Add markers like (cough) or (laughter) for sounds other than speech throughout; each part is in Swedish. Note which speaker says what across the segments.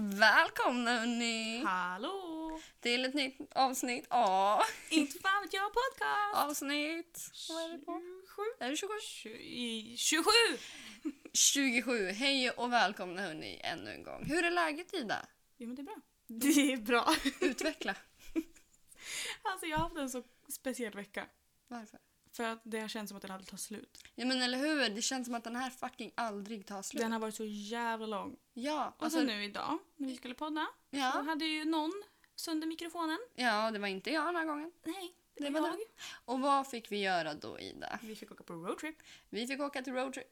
Speaker 1: Välkomna hörni!
Speaker 2: Hallå!
Speaker 1: Till ett nytt avsnitt. Ja,
Speaker 2: Inte fan vet jag podcast!
Speaker 1: avsnitt... Vad är det på?
Speaker 2: 27?
Speaker 1: Är det 27?
Speaker 2: Tju- i- 27!
Speaker 1: 27. Hej och välkomna hörni ännu en gång. Hur är läget Ida?
Speaker 2: Jo men det är bra. Det är bra.
Speaker 1: Utveckla.
Speaker 2: Alltså jag har haft en så speciell vecka.
Speaker 1: (laughs) Varför?
Speaker 2: För att det har känts som att den aldrig tar slut.
Speaker 1: Ja men eller hur? Det känns som att den här fucking aldrig tar slut.
Speaker 2: Den har varit så jävla lång.
Speaker 1: Ja, alltså,
Speaker 2: Och så nu idag, när vi skulle podda, då
Speaker 1: Ja,
Speaker 2: hade ju någon sönder mikrofonen.
Speaker 1: ja, det var inte jag den här gången.
Speaker 2: Nej, det,
Speaker 1: Det
Speaker 2: var
Speaker 1: var
Speaker 2: jag.
Speaker 1: Och vad fick vi göra då Ida?
Speaker 2: Vi fick åka på roadtrip.
Speaker 1: Vi fick åka till roadtrip.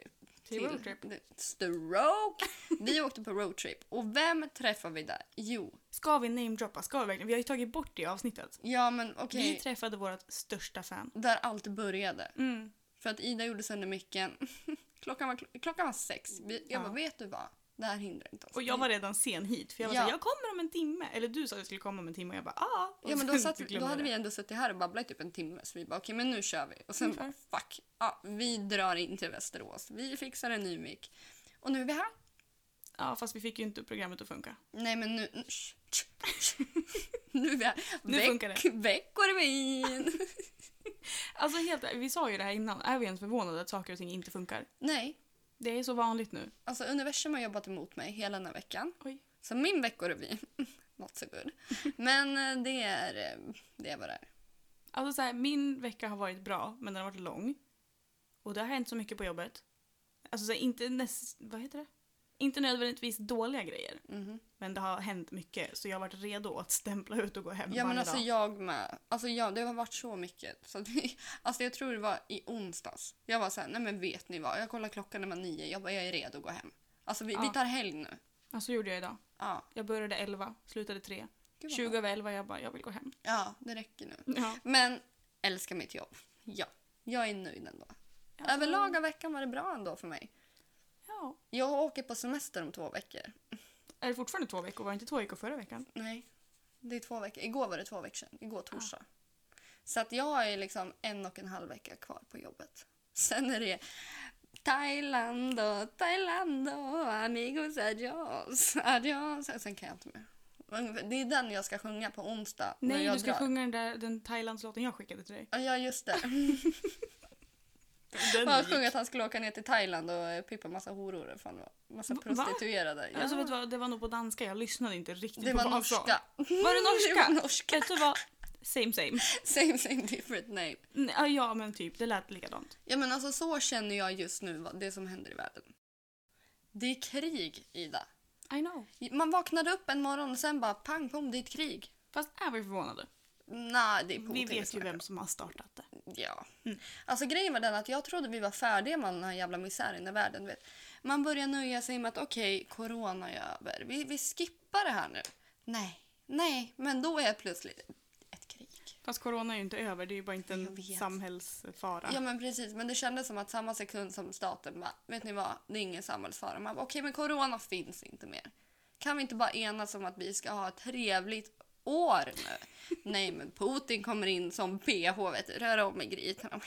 Speaker 2: Till roadtrip.
Speaker 1: (laughs) Stroke! Vi åkte på roadtrip. Och vem träffade vi där? Jo,
Speaker 2: Ska vi namedroppa? Ska vi verkligen? Vi har ju tagit bort det avsnittet.
Speaker 1: ja men okej.
Speaker 2: Vi träffade vårt största fan.
Speaker 1: Där allt började.
Speaker 2: Mm.
Speaker 1: För att Ida gjorde sönder micken. (laughs) klockan, var, klockan var sex. Vi, jag
Speaker 2: Ja.
Speaker 1: bara, vet du vad? Det här hindrar inte oss.
Speaker 2: Och jag var redan sen hit för jag var
Speaker 1: Ja.
Speaker 2: såhär, jag kommer om en timme. Eller du sa att du skulle komma om en timme och jag bara, ja.
Speaker 1: Ja
Speaker 2: Och
Speaker 1: men då,
Speaker 2: (laughs) sen
Speaker 1: satt,
Speaker 2: du
Speaker 1: då
Speaker 2: glömde
Speaker 1: hade vi
Speaker 2: det.
Speaker 1: ändå suttit här och babblat i typ en timme så vi bara okej men nu kör vi. Och sen bara,
Speaker 2: Mm.
Speaker 1: fuck, ja, vi drar in till Västerås. Vi fixar en ny mick. Och nu är vi här.
Speaker 2: Ja fast vi fick ju inte programmet att funka.
Speaker 1: Nej men nu... Shh, shh, shh. (laughs) nu är vi här.
Speaker 2: Nu funkar det.
Speaker 1: Veckorevyn!
Speaker 2: Alltså helt vi sa ju det här innan, är vi ens förvånade att saker och ting inte funkar?
Speaker 1: (laughs) Nej,
Speaker 2: Det är så vanligt nu.
Speaker 1: alltså universum har jobbat emot mig hela den här veckan.
Speaker 2: Oj.
Speaker 1: Så min veckorevy, (laughs) not so good. Men eh, det är, eh, det är vad det är.
Speaker 2: Alltså såhär, min vecka har varit bra men den har varit lång. Och det har hänt så mycket på jobbet. Alltså såhär, inte näst, vad heter det? Inte nödvändigtvis dåliga grejer.
Speaker 1: Mhm.
Speaker 2: Men det har hänt mycket så jag har varit redo att stämpla ut och gå hem
Speaker 1: Ja men
Speaker 2: varje
Speaker 1: alltså
Speaker 2: dag.
Speaker 1: jag med. Alltså jag, det har varit så mycket. Så att vi, (laughs) alltså jag tror det var i onsdags. Jag var så här, nej men vet ni vad? Jag kollade klockan när det var nio. Jag bara, jag är redo att gå hem. Alltså vi, vi
Speaker 2: Ja.
Speaker 1: tar helg nu.
Speaker 2: Ja, så gjorde jag idag.
Speaker 1: Ja.
Speaker 2: Jag började 11, slutade 3.
Speaker 1: Gud, vad
Speaker 2: 20
Speaker 1: bra.
Speaker 2: över 11, jag bara, jag vill gå hem.
Speaker 1: Ja, det räcker nu.
Speaker 2: Ja.
Speaker 1: Men älskar mitt jobb. Ja, jag är nöjd ändå.
Speaker 2: Alltså-
Speaker 1: Överlag av veckan var det bra ändå för mig.
Speaker 2: ja.
Speaker 1: Jag åker på semester om två veckor.
Speaker 2: Är det fortfarande två veckor? Var det inte två veckor förra veckan?
Speaker 1: Nej, det är två veckor. Igår var det två veckor sedan. Igår torsdag. Så att jag har ju liksom en och en halv vecka kvar på jobbet. (laughs) Sen är det Thailando, Thailando, amigos adios, adios. Och Sen kan jag inte mer. Ungefär- Det är den jag ska sjunga på onsdag. när
Speaker 2: Nej,
Speaker 1: jag
Speaker 2: du ska
Speaker 1: drar.
Speaker 2: sjunga den där den Thailandslåten jag skickade till dig.
Speaker 1: Ja, Ja, just det.
Speaker 2: (laughs) Den
Speaker 1: Han sjöng att han skulle åka ner till Thailand och eh, pippa massa horor. eller Fan, det var. massa
Speaker 2: Va?
Speaker 1: prostituerade. Ja.
Speaker 2: Alltså vet du vad, det var nog på danska, jag lyssnade inte riktigt
Speaker 1: det
Speaker 2: på
Speaker 1: var
Speaker 2: vad han sa.
Speaker 1: norska. (laughs)
Speaker 2: Var det norska?
Speaker 1: det var norska.
Speaker 2: Vet du vad? Same same.
Speaker 1: Same same different name.
Speaker 2: Nej, ja, ja men typ, det lät likadant.
Speaker 1: Ja men alltså så känner jag just nu vad det som händer i världen. Det är krig, Ida.
Speaker 2: I know.
Speaker 1: Man vaknade upp en morgon och sen bara pang pom, det är ett krig.
Speaker 2: Fast är vi förvånade?
Speaker 1: Nej, det är Putin
Speaker 2: Vi vet ju
Speaker 1: snackar
Speaker 2: vem Mm. som har startat det.
Speaker 1: om. Ja. Alltså grejen var den att jag trodde vi var färdiga med all den här jävla misären i världen. du Vet. Man börjar nöja sig med att okej, corona är över. Vi, vi skippar det här nu. Nej, nej, men då är plötsligt ett krig.
Speaker 2: Fast corona är ju inte över, det är ju bara inte
Speaker 1: Jag
Speaker 2: en
Speaker 1: vet.
Speaker 2: samhällsfara.
Speaker 1: Ja men precis, men det kändes som att samma sekund som staten bara, vet ni vad, det är ingen samhällsfara. Man bara, okej men corona finns inte mer. Kan vi inte bara enas om att vi ska ha ett trevligt år
Speaker 2: (laughs)
Speaker 1: nu? Nej men Putin kommer in som PH, vet du, rör om i grytan.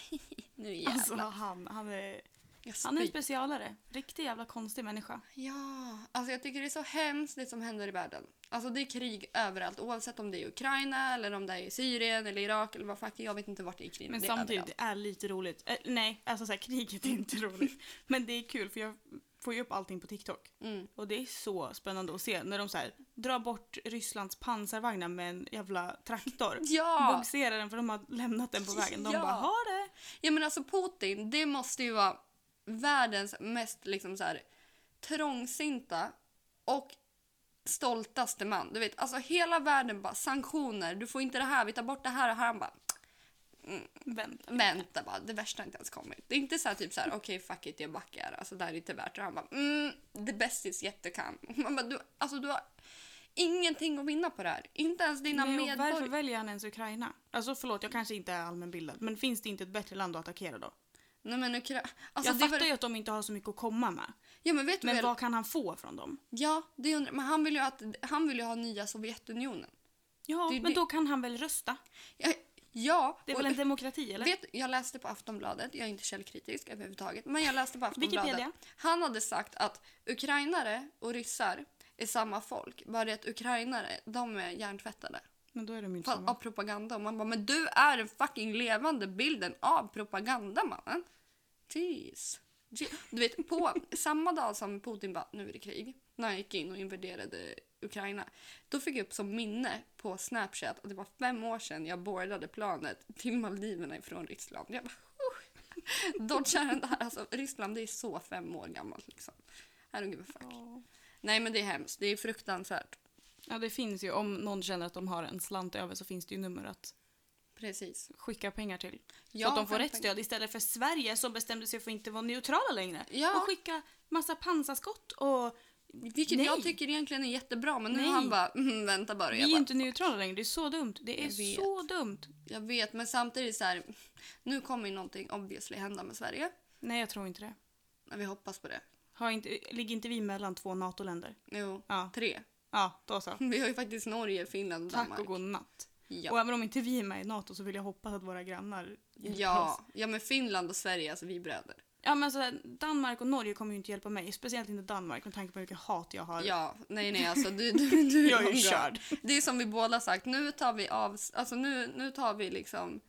Speaker 1: nu jävlar.
Speaker 2: (laughs) Alltså han, han är,
Speaker 1: jag
Speaker 2: han är
Speaker 1: spyr.
Speaker 2: en specialare. Riktig jävla konstig människa.
Speaker 1: Ja, alltså jag tycker det är så hemskt det som händer i världen. Alltså det är krig överallt, oavsett om det är i Ukraina eller om det är i Syrien eller Irak eller vad fuck, jag vet inte vart det är krig.
Speaker 2: Men
Speaker 1: det är
Speaker 2: samtidigt,
Speaker 1: överallt.
Speaker 2: det är lite roligt. Eh, nej, alltså så här, kriget är
Speaker 1: (laughs)
Speaker 2: inte roligt. Men det är kul för jag får ju upp allting på TikTok.
Speaker 1: Mm.
Speaker 2: Och det är så spännande att se när de så här, drar bort Rysslands pansarvagnar med en jävla traktor.
Speaker 1: (laughs) Ja!
Speaker 2: Bogserar den för de har lämnat den på vägen.
Speaker 1: (laughs)
Speaker 2: De
Speaker 1: Ja.
Speaker 2: bara har det.
Speaker 1: Ja men alltså Putin, det måste ju vara världens mest liksom så här, trångsinta och stoltaste man. Du vet, alltså hela världen bara sanktioner, du får inte det här, vi tar bort det här och här. Han bara
Speaker 2: Vänt.
Speaker 1: vänta bara, det värsta har inte ens kommit. Det är inte så här typ så här okej fuck it jag backar, alltså det här är inte värt det. Han bara mm, the best is yet to come. Man bara, du, alltså du har ingenting att vinna på det här. Inte ens dina
Speaker 2: Nej, och varför
Speaker 1: medborgare.
Speaker 2: väljer han ens Ukraina? Alltså förlåt, jag kanske inte är allmänbildad. Men finns det inte ett bättre land att attackera då?
Speaker 1: Nej men Ukra- alltså,
Speaker 2: jag
Speaker 1: det
Speaker 2: fattar
Speaker 1: var,
Speaker 2: ju att de inte har så mycket att komma med.
Speaker 1: Ja men vet du
Speaker 2: Men
Speaker 1: vad jag-
Speaker 2: vad kan han få från dem?
Speaker 1: Ja, det undrar Men han vill ju, att, han vill ju ha nya Sovjetunionen.
Speaker 2: Ja,
Speaker 1: Det är
Speaker 2: men
Speaker 1: det-
Speaker 2: då kan han väl rösta?
Speaker 1: Ja, ja
Speaker 2: Det är
Speaker 1: och-
Speaker 2: väl en demokrati eller?
Speaker 1: vet, jag läste på Aftonbladet, jag är inte källkritisk överhuvudtaget, men jag läste på Aftonbladet.
Speaker 2: Wikipedia.
Speaker 1: Han hade sagt att ukrainare och ryssar är samma folk. Bara det att ukrainare, de är hjärntvättade.
Speaker 2: Men då är de ju inte
Speaker 1: Fan, av
Speaker 2: samma.
Speaker 1: propaganda. Och man bara, men du är den fucking levande bilden av propaganda, mannen. Jeez. Je- Du vet, på samma dag som Putin bara, nu är det krig, när han gick in och invaderade Ukraina, då fick jag upp som minne på Snapchat att det var fem år sedan jag boardade planet till Maldiverna ifrån Ryssland. Jag bara, oh. dodgar den där. Alltså, Ryssland, det är så fem år gammalt liksom. Herregud, vad fuck.
Speaker 2: Ja.
Speaker 1: Nej, men det är hemskt. Det är fruktansvärt.
Speaker 2: Ja, det finns ju. Om någon känner att de har en slant över så finns det ju nummer att
Speaker 1: Precis.
Speaker 2: skicka pengar till.
Speaker 1: Ja,
Speaker 2: så att de får
Speaker 1: självklart.
Speaker 2: rätt stöd istället för Sverige som bestämde sig för att inte vara neutrala längre.
Speaker 1: Ja.
Speaker 2: Och skicka massa pansarskott och
Speaker 1: Vilket
Speaker 2: Nej.
Speaker 1: jag tycker egentligen är jättebra, men nu
Speaker 2: Nej.
Speaker 1: har han bara (laughs) mm, vänta bara.
Speaker 2: vi
Speaker 1: Jag,
Speaker 2: är
Speaker 1: bara,
Speaker 2: inte neutrala längre. Det är så dumt. Det är
Speaker 1: Jag vet.
Speaker 2: så dumt.
Speaker 1: jag vet, men samtidigt så här, nu kommer ju någonting obviously hända med Sverige.
Speaker 2: Nej, jag tror inte det.
Speaker 1: Men vi hoppas på det.
Speaker 2: Har inte, ligger inte vi mellan två NATO-länder?
Speaker 1: Jo,
Speaker 2: Ja.
Speaker 1: tre. (laughs)
Speaker 2: Ja, då så.
Speaker 1: Vi har ju faktiskt Norge, Finland och Danmark.
Speaker 2: Tack och god natt. Och
Speaker 1: Oh ja.
Speaker 2: även om inte vi är med i NATO så vill jag hoppas att våra grannar hjälper oss.
Speaker 1: Ja. ja, men Finland och Sverige, alltså vi är bröder.
Speaker 2: Ja, men alltså, Danmark och Norge kommer ju inte hjälpa mig. Speciellt inte Danmark med tanke på vilket hat jag har.
Speaker 1: Ja, nej nej alltså du, du, du
Speaker 2: (laughs) Jag är ju
Speaker 1: långt bra.
Speaker 2: körd.
Speaker 1: Det är som vi båda sagt, nu tar vi av, alltså nu, nu tar vi liksom,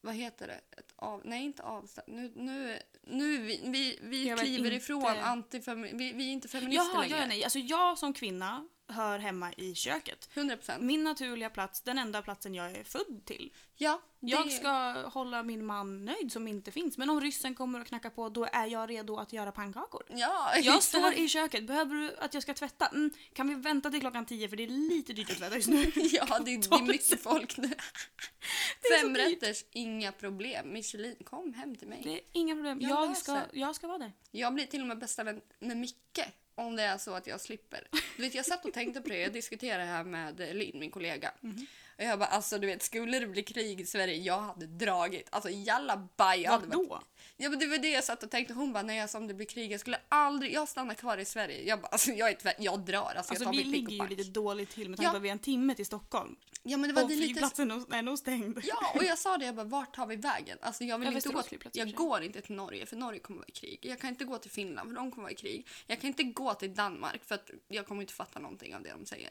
Speaker 1: vad heter det? Ett av, nej inte avstånd, nu, nu, nu är vi, vi, vi
Speaker 2: Jag vet
Speaker 1: kliver
Speaker 2: inte.
Speaker 1: ifrån antifemi, vi, vi är inte feminister
Speaker 2: Jaha,
Speaker 1: längre.
Speaker 2: ja, nej. Alltså, jag som kvinna hör hemma i köket.
Speaker 1: 100 procent.
Speaker 2: Min naturliga plats, den enda platsen jag är född till.
Speaker 1: Ja, det-
Speaker 2: Jag ska hålla min man nöjd som inte finns. Men om ryssen kommer och knackar på, då är jag redo att göra pannkakor.
Speaker 1: Ja,
Speaker 2: Jag står i köket. Behöver du att jag ska tvätta? Mm, kan vi vänta till klockan 10 för det är lite dyrt att tvätta just nu.
Speaker 1: (laughs) Ja, det, det är
Speaker 2: (laughs)
Speaker 1: mycket folk nu.
Speaker 2: är så
Speaker 1: Femrätters, inga problem. Michelin, kom hem till mig.
Speaker 2: Det är inga problem.
Speaker 1: Jag
Speaker 2: Jag,
Speaker 1: löser.
Speaker 2: ska, jag ska vara där.
Speaker 1: Jag blir till och med bästa vän med Micke om det är så att jag slipper. Du vet, jag satt och tänkte på det. Jag diskuterade det här med Linn, min kollega.
Speaker 2: Mhm.
Speaker 1: Och jag bara, alltså du vet, skulle det bli krig i Sverige, jag hade dragit. Alltså jalla baj. jag hade
Speaker 2: Vad
Speaker 1: varit-
Speaker 2: då?
Speaker 1: Ja, men det var det jag satt och tänkte. Hon bara, nej alltså om det blir krig, jag skulle aldrig, jag stannar kvar i Sverige. Jag bara, alltså jag är tvär, jag drar. Alltså, jag
Speaker 2: Alltså,
Speaker 1: tar
Speaker 2: vi
Speaker 1: mitt pick och
Speaker 2: ligger ju
Speaker 1: pack.
Speaker 2: lite dåligt till med tanke
Speaker 1: Ja.
Speaker 2: på att vi är en timme till Stockholm.
Speaker 1: Ja, men det var
Speaker 2: och
Speaker 1: det lite...
Speaker 2: flygplatsen är nog stängd.
Speaker 1: Ja, och jag sa det, jag bara, vart tar vi vägen? Alltså, jag vill
Speaker 2: Ja,
Speaker 1: inte
Speaker 2: Västerås
Speaker 1: gå,
Speaker 2: flygplats i och
Speaker 1: jag
Speaker 2: för sig.
Speaker 1: går inte till Norge för Norge kommer vara i krig. Jag kan inte gå till Finland för de kommer vara i krig. Jag kan inte gå till Danmark för att jag kommer inte fatta någonting av det de säger.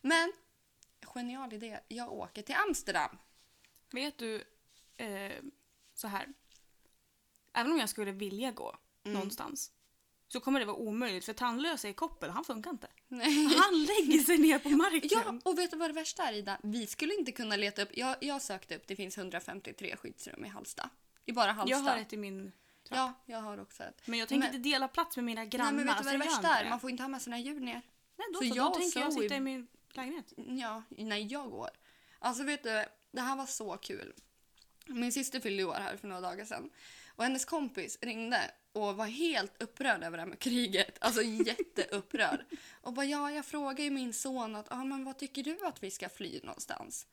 Speaker 1: Men, genial idé, jag åker till Amsterdam.
Speaker 2: Vet du, eh, så här. Även om jag skulle vilja gå
Speaker 1: Mm.
Speaker 2: någonstans så kommer det vara omöjligt för tandlösa i koppel, han funkar inte. Han lägger sig ner på
Speaker 1: Ja,
Speaker 2: marken.
Speaker 1: och vet du vad det värsta är Ida? Vi skulle inte kunna leta upp, jag, jag sökte upp, det finns 153 skyddsrum i Halsta. I bara Halsta.
Speaker 2: jag har ett i min...
Speaker 1: Ja, jag har också ett.
Speaker 2: Men jag tänker
Speaker 1: Men-
Speaker 2: inte dela plats med mina grannar.
Speaker 1: Nej, men vet du vad det
Speaker 2: så jag gör
Speaker 1: värsta
Speaker 2: inte
Speaker 1: är? Man får inte ha med sina djur ner.
Speaker 2: Nej, då
Speaker 1: Så
Speaker 2: så,
Speaker 1: jag
Speaker 2: då tänker jag
Speaker 1: såg-
Speaker 2: sitta i min lägenhet.
Speaker 1: Ja, när jag går. Alltså vet du, det här var så kul. Min syster fyllde år här för några dagar sedan. Och hennes kompis ringde och var helt upprörd över det här med kriget. Alltså jätteupprörd. Och bara, ja, jag frågade ju min son att, ah, men vad tycker du att vi ska fly någonstans?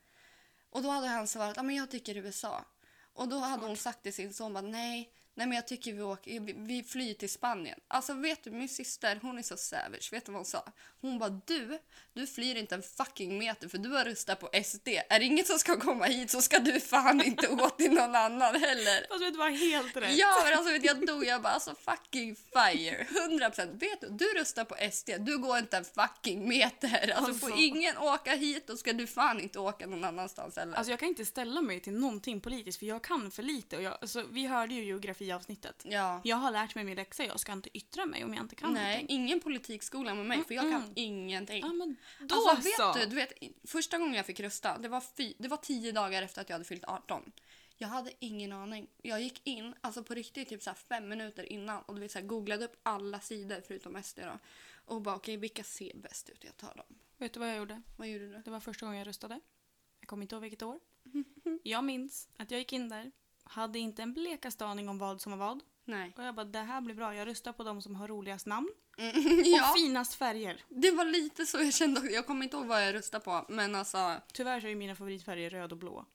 Speaker 1: Och då hade han svarat, ja, men jag tycker USA. Och då hade hon sagt till sin son, bara, nej, nej, men jag tycker vi åker, vi- vi flyr till Spanien. Alltså vet du, min syster, hon är så savage, vet du vad hon sa? Hon bara, du, du flyr inte en fucking meter för du har röstat på SD. Är det inget som ska komma hit så ska du fan inte
Speaker 2: (laughs)
Speaker 1: gå till någon annan heller.
Speaker 2: Fast Alltså, vet du vad, helt rätt.
Speaker 1: Ja, men alltså vet du, jag dog. Jag bara alltså fucking fire. 100%. Vet du, du röstar på SD. Du går inte en fucking meter. Alltså,
Speaker 2: Alltså.
Speaker 1: får ingen åka hit då ska du fan inte åka någon annanstans heller.
Speaker 2: Alltså jag kan inte ställa mig till någonting politiskt för jag kan för lite. Och jag, alltså, vi hörde ju geografiavsnittet.
Speaker 1: ja.
Speaker 2: Jag har lärt mig min läxa, jag ska inte yttra mig om jag inte kan
Speaker 1: Nej,
Speaker 2: någonting.
Speaker 1: ingen politikskola med mig för jag kan
Speaker 2: Mm-mm.
Speaker 1: ingenting.
Speaker 2: Ja men då
Speaker 1: alltså,
Speaker 2: så!
Speaker 1: vet du, du vet, första gången jag fick rösta, det var, fy, det var tio dagar efter att jag hade fyllt 18. Jag hade ingen aning. Jag gick in, alltså på riktigt, typ så här fem minuter innan och du vet, så här, googlade upp alla sidor förutom SD då. Och bara okej, vilka ser bäst ut? Jag tar dem.
Speaker 2: Vet du vad jag gjorde?
Speaker 1: Vad gjorde du?
Speaker 2: Det var första gången jag röstade. Jag kommer inte ihåg vilket år. Jag minns att jag gick in där, hade inte en blekaste aning om vad som var vad.
Speaker 1: Nej.
Speaker 2: Och jag bara, det här blir bra. Jag röstar på de som har roligast namn
Speaker 1: (laughs) ja,
Speaker 2: och finast färger.
Speaker 1: det var lite så jag kände. också. Jag kommer inte ihåg vad jag röstade på, men alltså.
Speaker 2: Tyvärr så är mina favoritfärger röd och blå.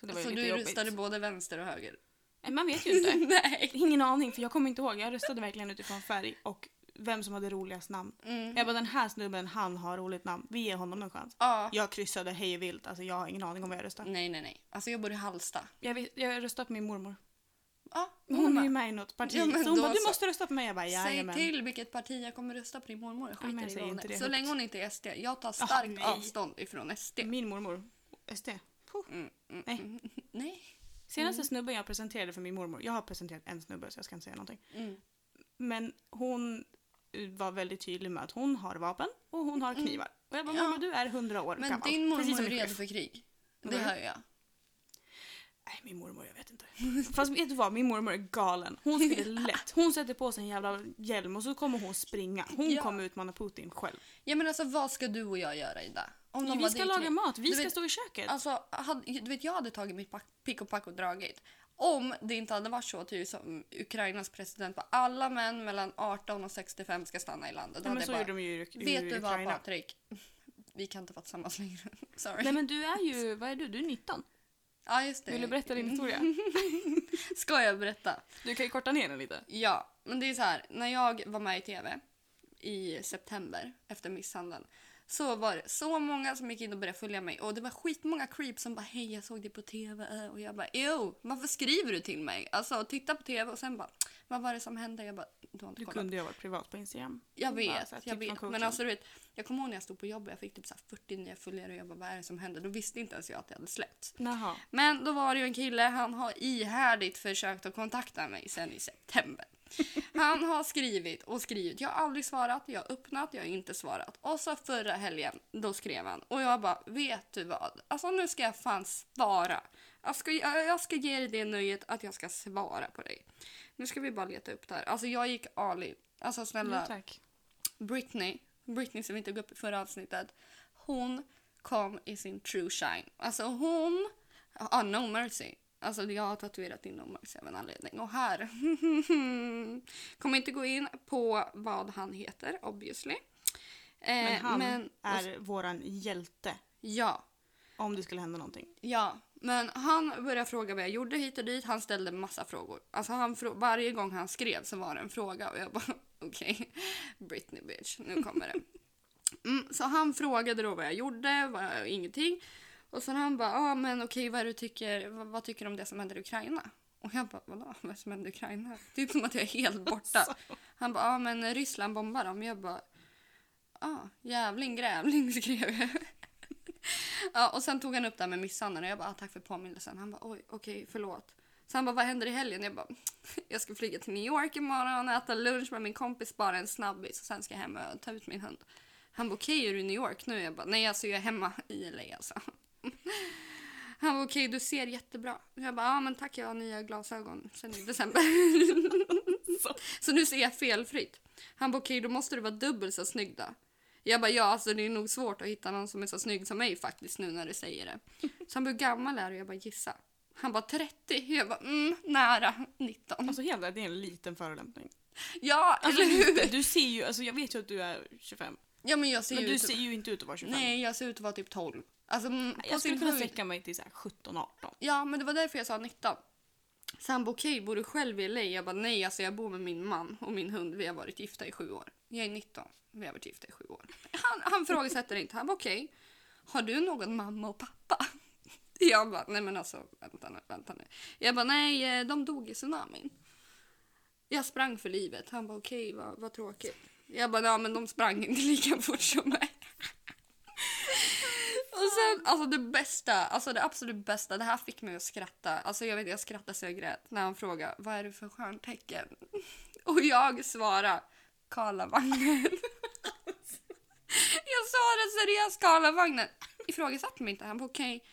Speaker 2: Så det var
Speaker 1: alltså
Speaker 2: ju
Speaker 1: du
Speaker 2: lite jobbigt.
Speaker 1: röstade både vänster och höger.
Speaker 2: Nej, Man vet ju
Speaker 1: (laughs)
Speaker 2: inte.
Speaker 1: Nej.
Speaker 2: Ingen aning, för jag kommer inte ihåg. Jag röstade verkligen utifrån färg och vem som hade roligast namn.
Speaker 1: Mm.
Speaker 2: Jag bara, den här snubben, han har roligt namn. Vi ger honom en chans.
Speaker 1: Ja. Mm.
Speaker 2: Jag kryssade hej vilt, alltså jag har ingen aning om vad jag röstade.
Speaker 1: Nej, nej, nej. Alltså jag bor i Halsta.
Speaker 2: Jag, vet, jag röstade på min mormor.
Speaker 1: Ja,
Speaker 2: Hon är
Speaker 1: bara,
Speaker 2: ju med i något parti.
Speaker 1: Ja, men
Speaker 2: så hon
Speaker 1: då
Speaker 2: bara, du
Speaker 1: så.
Speaker 2: måste rösta på mig. Jag bara,
Speaker 1: Säg
Speaker 2: jajamän.
Speaker 1: till vilket parti jag kommer rösta på din mormor. Jag
Speaker 2: Ja, men
Speaker 1: skiter i vad
Speaker 2: säg
Speaker 1: hon
Speaker 2: inte
Speaker 1: är.
Speaker 2: det
Speaker 1: Så
Speaker 2: högt.
Speaker 1: länge hon inte är SD. Jag tar
Speaker 2: Jaha,
Speaker 1: starkt
Speaker 2: nej.
Speaker 1: avstånd ifrån SD.
Speaker 2: Min mormor. SD. Puh.
Speaker 1: Mm, mm,
Speaker 2: Nej.
Speaker 1: mm, nej.
Speaker 2: Senaste snubben jag presenterade för min mormor, jag har presenterat en snubbe så jag ska inte säga någonting.
Speaker 1: Mm.
Speaker 2: Men hon var väldigt tydlig med att hon har vapen och hon har knivar. Och jag bara,
Speaker 1: Mm. Ja.
Speaker 2: mamma du är hundra år
Speaker 1: Men
Speaker 2: gammal.
Speaker 1: din
Speaker 2: Precis
Speaker 1: mormor
Speaker 2: som
Speaker 1: är
Speaker 2: min
Speaker 1: redo
Speaker 2: chef.
Speaker 1: för krig. Det
Speaker 2: Mm.
Speaker 1: hör jag.
Speaker 2: Nej, min mormor, jag vet inte. Fast vet du vad, min mormor är galen.
Speaker 1: (laughs)
Speaker 2: Hon skulle lätt. Hon sätter på sig en jävla hjälm och så kommer hon springa. Hon
Speaker 1: Ja.
Speaker 2: kommer utmana Putin själv.
Speaker 1: Ja men alltså vad ska du och jag göra Ida? Om
Speaker 2: vi
Speaker 1: bara,
Speaker 2: ska
Speaker 1: "Det är
Speaker 2: laga
Speaker 1: krig."
Speaker 2: mat, vi
Speaker 1: Du
Speaker 2: ska
Speaker 1: vet-
Speaker 2: stå i köket.
Speaker 1: Alltså, hade, du vet, jag hade tagit mitt pack, pick och pack och dragit. Om det inte hade varit så till som Ukrainas president bara alla män mellan 18 och 65 ska stanna i landet. Då
Speaker 2: Nej, men
Speaker 1: hade
Speaker 2: så
Speaker 1: jag
Speaker 2: gjorde
Speaker 1: bara,
Speaker 2: de ju i, i
Speaker 1: vet du vad
Speaker 2: Ukraina.
Speaker 1: Patrik? (laughs) Vi kan inte vara tillsammans längre. (laughs) Sorry.
Speaker 2: (laughs) Nej men du är ju, vad är du? Du är 19.
Speaker 1: ja, just det. Mm.
Speaker 2: Vill du berätta din historia?
Speaker 1: (laughs)
Speaker 2: (laughs)
Speaker 1: Ska jag berätta?
Speaker 2: Du kan ju korta ner den lite.
Speaker 1: Ja, men det är så här. När jag var med i tv i september efter misshandeln så var det så många som gick in och började följa mig och det var skitmånga creeps som bara hej jag såg dig på tv och jag bara jo varför skriver du till mig? Alltså titta på tv och sen bara vad var det som hände? Jag bara du har inte
Speaker 2: Du
Speaker 1: kollat.
Speaker 2: kunde ju ha varit privat på Instagram.
Speaker 1: Jag
Speaker 2: Bara
Speaker 1: vet,
Speaker 2: så
Speaker 1: jag
Speaker 2: här, tips från
Speaker 1: vet.
Speaker 2: coachen.
Speaker 1: Men alltså du vet, jag kommer ihåg när jag stod på jobbet jag fick typ så här 40 nya följare och jag bara vad är det som hände? Då visste inte ens jag att det hade släppts.
Speaker 2: Jaha.
Speaker 1: Men då var det ju en kille, han har ihärdigt försökt att kontakta mig sen i september. Han har skrivit och skrivit. Jag har aldrig svarat, jag har öppnat, jag har inte svarat. Och så förra helgen, då skrev han. Och jag bara, vet du vad? Alltså nu ska jag fan svara. Jag ska, jag jag ska ge dig det nöjet att jag ska svara på dig. Nu ska vi bara leta upp det här. Alltså jag gick Ali. Alltså snälla.
Speaker 2: Ja, tack.
Speaker 1: Britney, Britney som vi tog upp i förra avsnittet, hon kom i sin true shine. Alltså hon, ja ah, no mercy. Alltså jag har tatuerat in no mercy av en anledning. Och här, (laughs) kommer inte gå in på vad han heter obviously. Eh,
Speaker 2: Men han
Speaker 1: men-
Speaker 2: är våran hjälte.
Speaker 1: Ja,
Speaker 2: Om det skulle hända någonting.
Speaker 1: Ja, men han började fråga vad jag gjorde hit och dit. Han ställde massa frågor. Alltså han frå- varje gång han skrev så var det en fråga och jag bara (laughs) okej, Britney bitch, nu kommer det. Mm, så han frågade då vad jag gjorde, vad jag, ingenting. Och sen han bara, ah, men okej vad är det du tycker, vad, vad tycker du om det som händer i Ukraina? Och jag bara, vadå, vad som händer i Ukraina? Typ som att jag är helt borta. Han bara, ah, men Ryssland bombar dem. Jag bara, ah, jävling grävling (laughs) skrev jag. (laughs) Ja, och sen tog han upp det här med misshandeln och jag bara ah, tack för påminnelsen. Han bara oj, okej, förlåt. Så han bara vad händer i helgen? Jag bara (laughs) jag ska flyga till New York imorgon, äta lunch med min kompis, bara en snabbis och sen ska jag hem och ta ut min hund. Han bara okej, är du i New York nu? Jag bara nej, alltså jag är hemma i LA alltså. Han var okej, du ser jättebra. Jag bara, ja men tack jag har nya glasögon sen i
Speaker 2: (laughs)
Speaker 1: december. så. nu ser jag felfritt. Han bara okej, då måste du vara dubbelt så snygg då. Jag bara ja, alltså det är nog svårt att hitta någon som är så snygg som mig faktiskt nu när du säger det. Så han bara, hur gammal är du? Jag bara gissa. Han bara 30. Jag bara mm, nära 19.
Speaker 2: Alltså helt ärligt, det är en liten förolämpning.
Speaker 1: Ja,
Speaker 2: (laughs) Alltså
Speaker 1: eller hur?
Speaker 2: lite. Du ser ju, alltså jag vet ju att du är 25.
Speaker 1: Ja men jag ser
Speaker 2: Men
Speaker 1: ju
Speaker 2: du
Speaker 1: ut
Speaker 2: ser ju typ- inte ut att vara 25.
Speaker 1: Nej, jag ser ut att vara typ 12. Alltså mm, på
Speaker 2: jag skulle
Speaker 1: sin
Speaker 2: kunna
Speaker 1: höjd.
Speaker 2: sträcka mig till så här 17, 18.
Speaker 1: Ja, men det var därför jag sa 19. Så han bara, okej, bor du själv i LA? Jag bara, nej, alltså jag bor med min man och min hund. Vi har varit gifta i sju år. Jag är 19, vi har varit gifta i sju år. Han, han frågasätter inte. Han bara, okej, har du någon mamma och pappa? (laughs) Jag bara, nej men alltså, vänta nu, vänta nu. Jag bara, nej, eh, de dog i tsunamin. Jag sprang för livet. Han bara, okej, vad, vad tråkigt. Jag bara, ja men de sprang inte lika fort som mig. Och sen, alltså det bästa, alltså det absolut bästa, det här fick mig att skratta. Alltså jag vet, jag skrattade så jag grät när han frågade vad är du för stjärntecken? (laughs) Och jag svarade Karlavagnen. (laughs) jag svarade seriöst Karlavagnen. Ifrågasatte mig inte, han bara okej.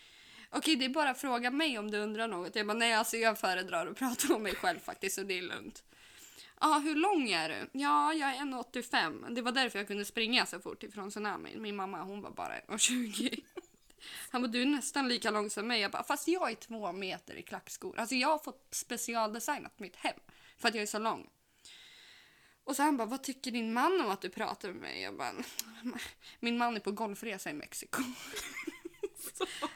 Speaker 1: Okej, det är bara att fråga mig om du undrar något. Jag bara nej, alltså jag föredrar att prata om mig själv faktiskt så det är lugnt. Ja, hur lång är du? Ja, jag är 1,85. Det var därför jag kunde springa så fort ifrån tsunamin. Min mamma, hon var bara 1,20. Han bara, du är nästan lika lång som mig. Jag bara, fast jag är två meter i klackskor. Alltså jag har fått specialdesignat mitt hem för att jag är så lång. Och så han bara, vad tycker din man om att du pratar med mig? Jag bara, min man är på golfresa i Mexiko. (laughs)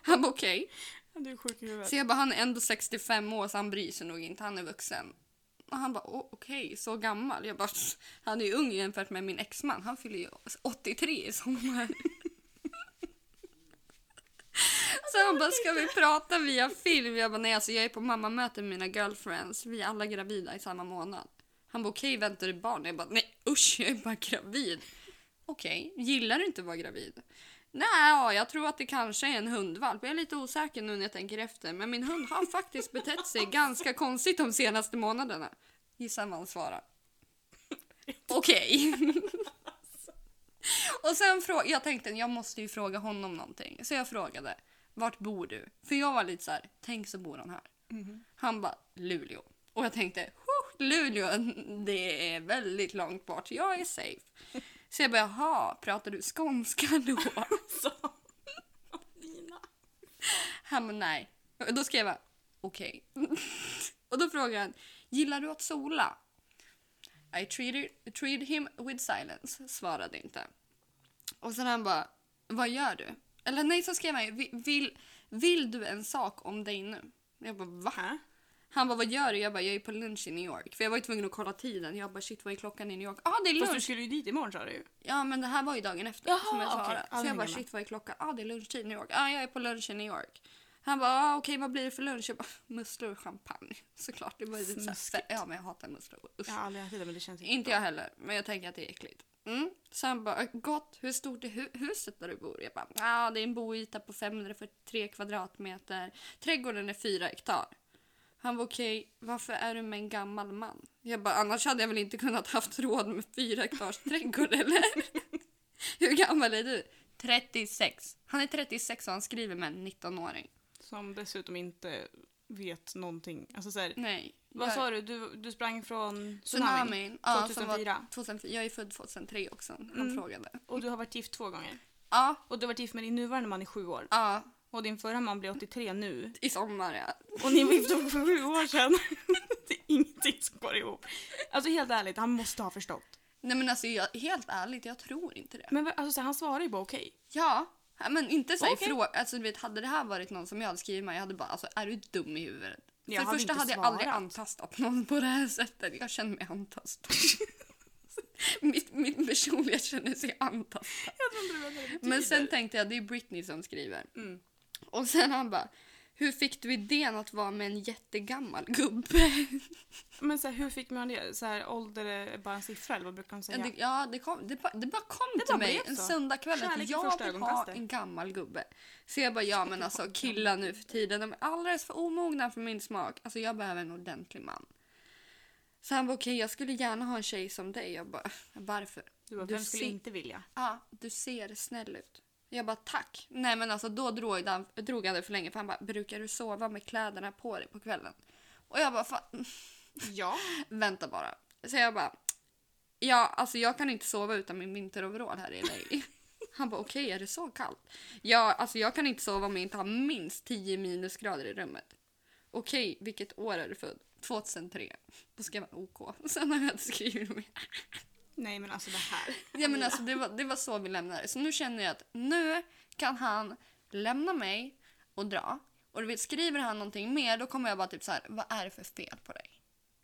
Speaker 1: Han bara, okej.
Speaker 2: Du är sjuk i huvudet.
Speaker 1: Så jag bara, han är ändå 65 år så han bryr sig nog inte, han är vuxen. Och han bara, "Åh, okej, så gammal? Jag bara, (laughs) "Pff, han är ju ung jämfört med min exman, han fyller ju 83 i sommar. (laughs) Så han bara, ska vi prata via film? Jag bara, nej alltså jag är på mammamöte med mina girlfriends. Vi är alla gravida i samma månad. Han bara, okej väntar du barn? Jag bara, nej usch jag är bara gravid. Okej, gillar du inte att vara gravid? Nej, ja, jag tror att det kanske är en hundvalp. Jag är lite osäker nu när jag tänker efter. Men min hund har faktiskt betett sig ganska konstigt de senaste månaderna. Gissa vad han svarar. Okej. (laughs) Och sen frå- jag tänkte jag måste ju fråga honom någonting. Så jag frågade, vart bor du? För jag var lite så här, tänk så bor han här. Han bara, Luleå. Och jag tänkte, "Huh, Luleå, (laughs) det är väldigt långt bort. Jag är safe. Så jag bara, jaha, pratar du skånska då?
Speaker 2: (laughs) (laughs) Så. Lina.
Speaker 1: Han bara, nej. Och Då skrev jag, okej. (laughs) Och då frågade han, gillar du att sola? I treated, treated him with silence, svarade inte. Och sen han bara, vad gör du? Eller nej, så skrev han, "Vi- vill, vill du en sak om dig nu? Jag bara, va?
Speaker 2: Hä?
Speaker 1: Han bara, vad gör du? Jag bara, jag är på lunch i New York. För jag var ju tvungen att kolla tiden. Jag bara, shit vad är klockan i New York? Ja, ah, det är
Speaker 2: Fast du
Speaker 1: lunch!
Speaker 2: skulle ju dit imorgon sa du ju.
Speaker 1: Ja, men det här var ju dagen efter
Speaker 2: Jaha,
Speaker 1: som jag
Speaker 2: okej.
Speaker 1: svarade.
Speaker 2: Ja,
Speaker 1: Så
Speaker 2: det
Speaker 1: jag bara,
Speaker 2: menar jag.
Speaker 1: shit vad är klockan? Ja, ah, det är lunchtid i New York. Ja, ah, jag är på lunch i New York. Han bara, ah, okej vad blir det för lunch? Jag bara, musslor och champagne. (laughs) Såklart, det var ju lite såhär,
Speaker 2: Snuskigt.
Speaker 1: ja men jag hatar musslor. Usch.
Speaker 2: Jag har aldrig ätit det men det känns
Speaker 1: Inte jag heller, men jag tänker att det är äckligt. Mm. Så han bara, gott, hur stort är hu- huset där du bor? Jag bara, ah, det är en boyta på 543 kvadratmeter. Trädgården är fyra hektar. Han var okej, varför är du med en gammal man? Jag bara, annars hade jag väl inte kunnat haft råd med fyra hektars trädgård eller? (laughs) hur gammal är du? 36. Han är 36 och han skriver med en 19-åring.
Speaker 2: Som dessutom inte vet någonting. Alltså så här,
Speaker 1: Nej.
Speaker 2: Vad
Speaker 1: Mm, jag-
Speaker 2: sa du? du? Du sprang från tsunamin,
Speaker 1: Tsunamin. Ja, som var
Speaker 2: 2004
Speaker 1: 2004. Jag är född 2003 också. Han
Speaker 2: Mm.
Speaker 1: frågade. Ja,
Speaker 2: och du har varit gift två gånger.
Speaker 1: ja.
Speaker 2: Och du har varit gift med din nuvarande man i sju år. Och din förra man blir 83 nu.
Speaker 1: I sommar, ja.
Speaker 2: Och ni var gifta för sju år sedan. (laughs) Det är ingenting som går ihop. Alltså helt ärligt, han måste ha förstått.
Speaker 1: Nej men alltså jag, helt ärligt, jag tror inte det.
Speaker 2: Men vad- alltså, så här, han svarar ju bara okej.
Speaker 1: Ja, men inte så här
Speaker 2: Okej.
Speaker 1: ifrån. Alltså du vet, hade det här varit någon som jag hade skrivit med, jag hade bara alltså är du dum i huvudet?
Speaker 2: Jag
Speaker 1: För det
Speaker 2: hade
Speaker 1: första
Speaker 2: inte
Speaker 1: hade jag aldrig
Speaker 2: svarat.
Speaker 1: antastat någon på det här sättet. Jag känner mig antastad. (laughs) mitt, mitt personliga känner sig antastad. Men sen tänkte jag, det är Britney som skriver.
Speaker 2: Mm.
Speaker 1: Och sen han bara, hur fick du idén att vara med en jättegammal gubbe?
Speaker 2: Men så här, hur fick man det? Så här, ålder är bara en siffra eller vad brukar de
Speaker 1: Ja,
Speaker 2: säga?
Speaker 1: det, ja, det, kom, det, bara, det bara kom
Speaker 2: Det
Speaker 1: till
Speaker 2: bara
Speaker 1: mig
Speaker 2: blev
Speaker 1: en
Speaker 2: så.
Speaker 1: söndagkväll att
Speaker 2: Kärlek vid
Speaker 1: jag
Speaker 2: första
Speaker 1: vill ha
Speaker 2: ögonkastet.
Speaker 1: en gammal gubbe. Så jag bara, ja men alltså killar nu för tiden, de är alldeles för omogna för min smak. Alltså jag behöver en ordentlig man. Så han bara, okej jag skulle gärna ha en tjej som dig. Jag bara, (laughs) varför?
Speaker 2: Du bara,
Speaker 1: Du
Speaker 2: vem skulle
Speaker 1: ser-
Speaker 2: inte vilja?
Speaker 1: Ja, ah, du ser snäll ut. Jag bara, tack. Nej men alltså då drog han, drog han det för länge för han bara, brukar du sova med kläderna på dig på kvällen? Och jag bara, fan,
Speaker 2: Ja.
Speaker 1: vänta bara. Så jag bara, ja alltså jag kan inte sova utan min vinteroverall här i LA.
Speaker 2: (laughs)
Speaker 1: Han bara okej är det så kallt? Ja alltså jag kan inte sova om jag inte har minst 10 minusgrader i rummet. Okej vilket år är du född? 2003. Då skrev jag OK. (laughs) Sen har jag inte skrivit mer.
Speaker 2: Nej men alltså det här.
Speaker 1: Ja, men alltså, det, var, det var så vi lämnade. Så nu känner jag att nu kan han lämna mig och dra. Och du vet, skriver han någonting mer då kommer jag bara typ så här, vad är det för fel på dig?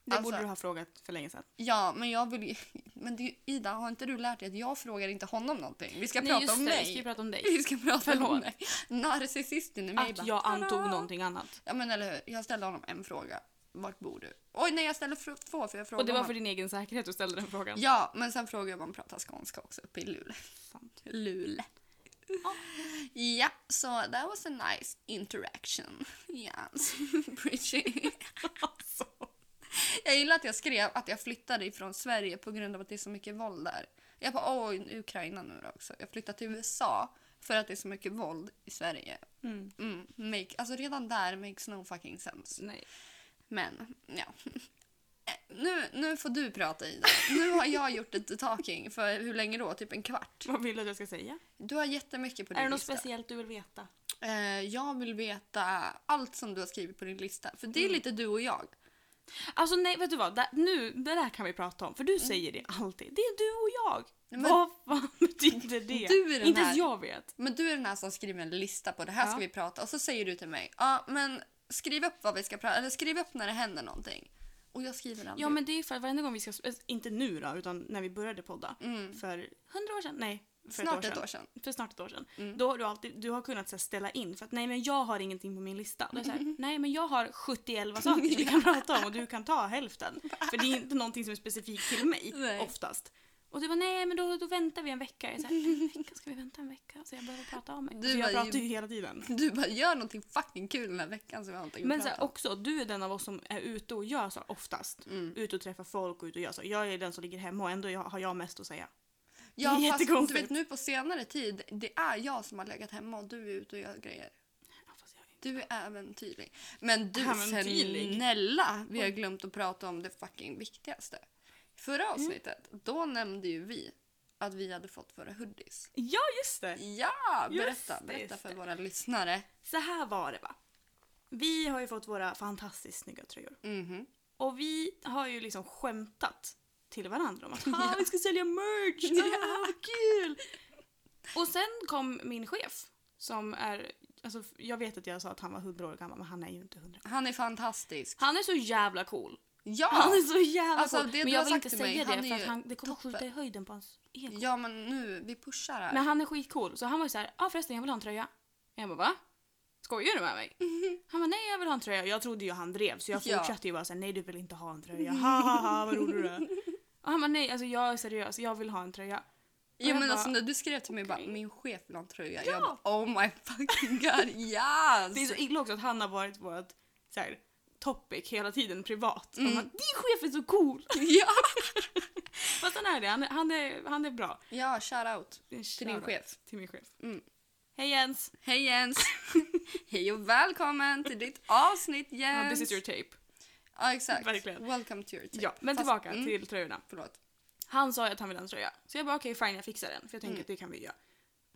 Speaker 2: Det
Speaker 1: Alltså-
Speaker 2: borde du ha frågat för länge sedan.
Speaker 1: Ja, men jag vill ju... (laughs) Men du, Ida, har inte du lärt dig att jag frågar inte honom någonting? Vi ska prata om
Speaker 2: det,
Speaker 1: mig.
Speaker 2: Vi ska ju prata om dig.
Speaker 1: (laughs) Vi ska prata om
Speaker 2: Förlåt.
Speaker 1: mig. Narcissisten i mig bara,
Speaker 2: Att jag antog
Speaker 1: "Tada!"
Speaker 2: någonting annat.
Speaker 1: Ja, men eller hur. Jag ställde honom en fråga. Vart bor du? Oj, nej, jag ställde fr- två för jag frågade
Speaker 2: Och det var för
Speaker 1: honom.
Speaker 2: din egen säkerhet du ställde den frågan.
Speaker 1: Ja, men sen frågade jag om han pratar skånska också uppe i Luleå.
Speaker 2: (laughs) Sant.
Speaker 1: (laughs) Lule.
Speaker 2: Ja.
Speaker 1: Ja, så that was a nice interaction. (laughs) Yes, Bridget.
Speaker 2: Alltså.
Speaker 1: Jag gillar att jag skrev att jag flyttade ifrån Sverige på grund av att det är så mycket våld där. Jag bara, oj, Ukraina nu då också. Jag flyttade till USA för att det är så mycket våld i Sverige.
Speaker 2: Mm.
Speaker 1: Mm, make, alltså redan där makes no fucking sense.
Speaker 2: Nej.
Speaker 1: Men, ja. Eh, Nu, nu får du prata Ida. Nu har
Speaker 2: (laughs)
Speaker 1: jag gjort lite talking för hur länge då? Typ en kvart.
Speaker 2: Vad vill du att jag ska säga?
Speaker 1: Du har jättemycket på din
Speaker 2: Är det något
Speaker 1: lista.
Speaker 2: speciellt du vill veta?
Speaker 1: Eh, jag vill veta allt som du har skrivit på din lista. För
Speaker 2: Mm.
Speaker 1: det är lite du och jag.
Speaker 2: Alltså nej, vet du vad? Det, nu, det där kan vi prata om. För du säger det alltid. Det är du och jag.
Speaker 1: Mm. Men-
Speaker 2: vad fan (laughs) betyder det?
Speaker 1: Du är den
Speaker 2: Inte
Speaker 1: här-
Speaker 2: ens jag vet.
Speaker 1: Men du är den här som skriver en lista på det här ska
Speaker 2: Ja.
Speaker 1: vi prata och så säger du till mig ja men skriv upp vad vi ska prata eller skriv upp när det händer någonting. Och jag skriver aldrig.
Speaker 2: Ja eh, men det är för att varenda gång vi ska, inte nu då, utan när vi började podda. För hundra år sedan, nej för
Speaker 1: Mm. Snart
Speaker 2: ett år
Speaker 1: ett
Speaker 2: sedan.
Speaker 1: år sedan.
Speaker 2: För snart ett år sedan.
Speaker 1: Mm.
Speaker 2: Då har du alltid du har kunnat så här, ställa in för att nej men jag har ingenting på min lista. Då är det så
Speaker 1: Mm.
Speaker 2: här, nej men jag har 71 saker
Speaker 1: (laughs)
Speaker 2: vi kan prata om och du kan ta hälften. För det är inte någonting som är specifikt till mig
Speaker 1: Nej.
Speaker 2: oftast. Och du bara nej men då, då väntar vi en vecka. Jag är så här, en vecka ska vi vänta en vecka? Så jag behöver prata om mig.
Speaker 1: Du
Speaker 2: Så jag
Speaker 1: bara-
Speaker 2: pratar ju hela tiden.
Speaker 1: Du bara, gör någonting fucking kul den här veckan som vi har någonting att
Speaker 2: Men så här,
Speaker 1: prata om.
Speaker 2: också, du är den av oss som är ute och gör så här oftast.
Speaker 1: Mm.
Speaker 2: Ute och träffar folk och ute och gör så. Jag är den som ligger hemma och ändå jag- har jag mest att säga.
Speaker 1: Ja, fast du
Speaker 2: jättekonstigt.
Speaker 1: vet nu på senare tid, det är jag som har legat hemma och du är ute och gör grejer.
Speaker 2: Ja, fast jag är inte-
Speaker 1: Du är äventyrlig. Men du
Speaker 2: Äventyrlig.
Speaker 1: snälla, vi har glömt att prata om det fucking viktigaste.
Speaker 2: Mm.
Speaker 1: Förra avsnittet, då nämnde ju vi att vi hade fått våra hoodies.
Speaker 2: Ja just det!
Speaker 1: Ja,
Speaker 2: Just
Speaker 1: berätta,
Speaker 2: det,
Speaker 1: berätta
Speaker 2: just
Speaker 1: för
Speaker 2: det.
Speaker 1: våra lyssnare.
Speaker 2: Så här var det va. Vi har ju fått våra fantastiskt snygga tröjor.
Speaker 1: Mhm.
Speaker 2: Och vi har ju liksom skämtat till varandra om att ah, vi ska sälja
Speaker 1: (laughs)
Speaker 2: merch, ah, vad kul! Och sen kom min chef som är, alltså jag vet att jag sa att han var 100 år gammal men han är ju inte 100.
Speaker 1: Han är fantastisk.
Speaker 2: Han är så jävla cool. Han är
Speaker 1: Ja!
Speaker 2: så jävla
Speaker 1: Alltså,
Speaker 2: cool.
Speaker 1: det du
Speaker 2: men jag
Speaker 1: har
Speaker 2: vill
Speaker 1: sagt
Speaker 2: inte
Speaker 1: till mig,
Speaker 2: säga
Speaker 1: han
Speaker 2: det
Speaker 1: är
Speaker 2: för att
Speaker 1: ju
Speaker 2: han, det kommer
Speaker 1: toppen.
Speaker 2: skjuta i höjden på hans ego.
Speaker 1: Ja men nu, vi pushar här.
Speaker 2: Men han är skitcool. Så han var ju så här, ja ah, förresten jag vill ha en tröja. Jag bara va? Skojar du
Speaker 1: (laughs)
Speaker 2: med mig? Han bara nej jag vill ha en tröja. Jag trodde ju han drev så jag
Speaker 1: Ja.
Speaker 2: fortsatte ju bara säga nej du vill inte ha en tröja. Ha ha ha vad rolig du
Speaker 1: (laughs)
Speaker 2: är. Och han bara nej alltså jag är seriös jag vill ha en tröja.
Speaker 1: Ja
Speaker 2: jag
Speaker 1: men
Speaker 2: bara,
Speaker 1: alltså när du skrev till mig
Speaker 2: okej.
Speaker 1: bara min chef vill ha en tröja.
Speaker 2: Ja.
Speaker 1: Jag bara oh my fucking
Speaker 2: (laughs)
Speaker 1: god yes!
Speaker 2: Det är så illa också att han har varit vårt så här, topic hela tiden privat. Mm. Bara, Din chef är så cool!
Speaker 1: (laughs)
Speaker 2: (laughs)
Speaker 1: ja.
Speaker 2: Fast han är det, han är, han är, han är bra.
Speaker 1: ja, shout-out till din
Speaker 2: Shoutout
Speaker 1: chef.
Speaker 2: Till min chef.
Speaker 1: Mm.
Speaker 2: Hej Jens!
Speaker 1: Hej Jens! (laughs) Hej och välkommen till ditt avsnitt
Speaker 2: Ja,
Speaker 1: Jens!
Speaker 2: This is your tape.
Speaker 1: Ja exakt.
Speaker 2: Verkligen.
Speaker 1: Welcome to your tape.
Speaker 2: Ja, men
Speaker 1: Fast-
Speaker 2: tillbaka
Speaker 1: mm,
Speaker 2: till tröjorna.
Speaker 1: Förlåt.
Speaker 2: Han sa ju att han ville ha en tröja. Så jag bara okej fine jag fixar den. För jag tänker
Speaker 1: Mm.
Speaker 2: att det kan vi göra.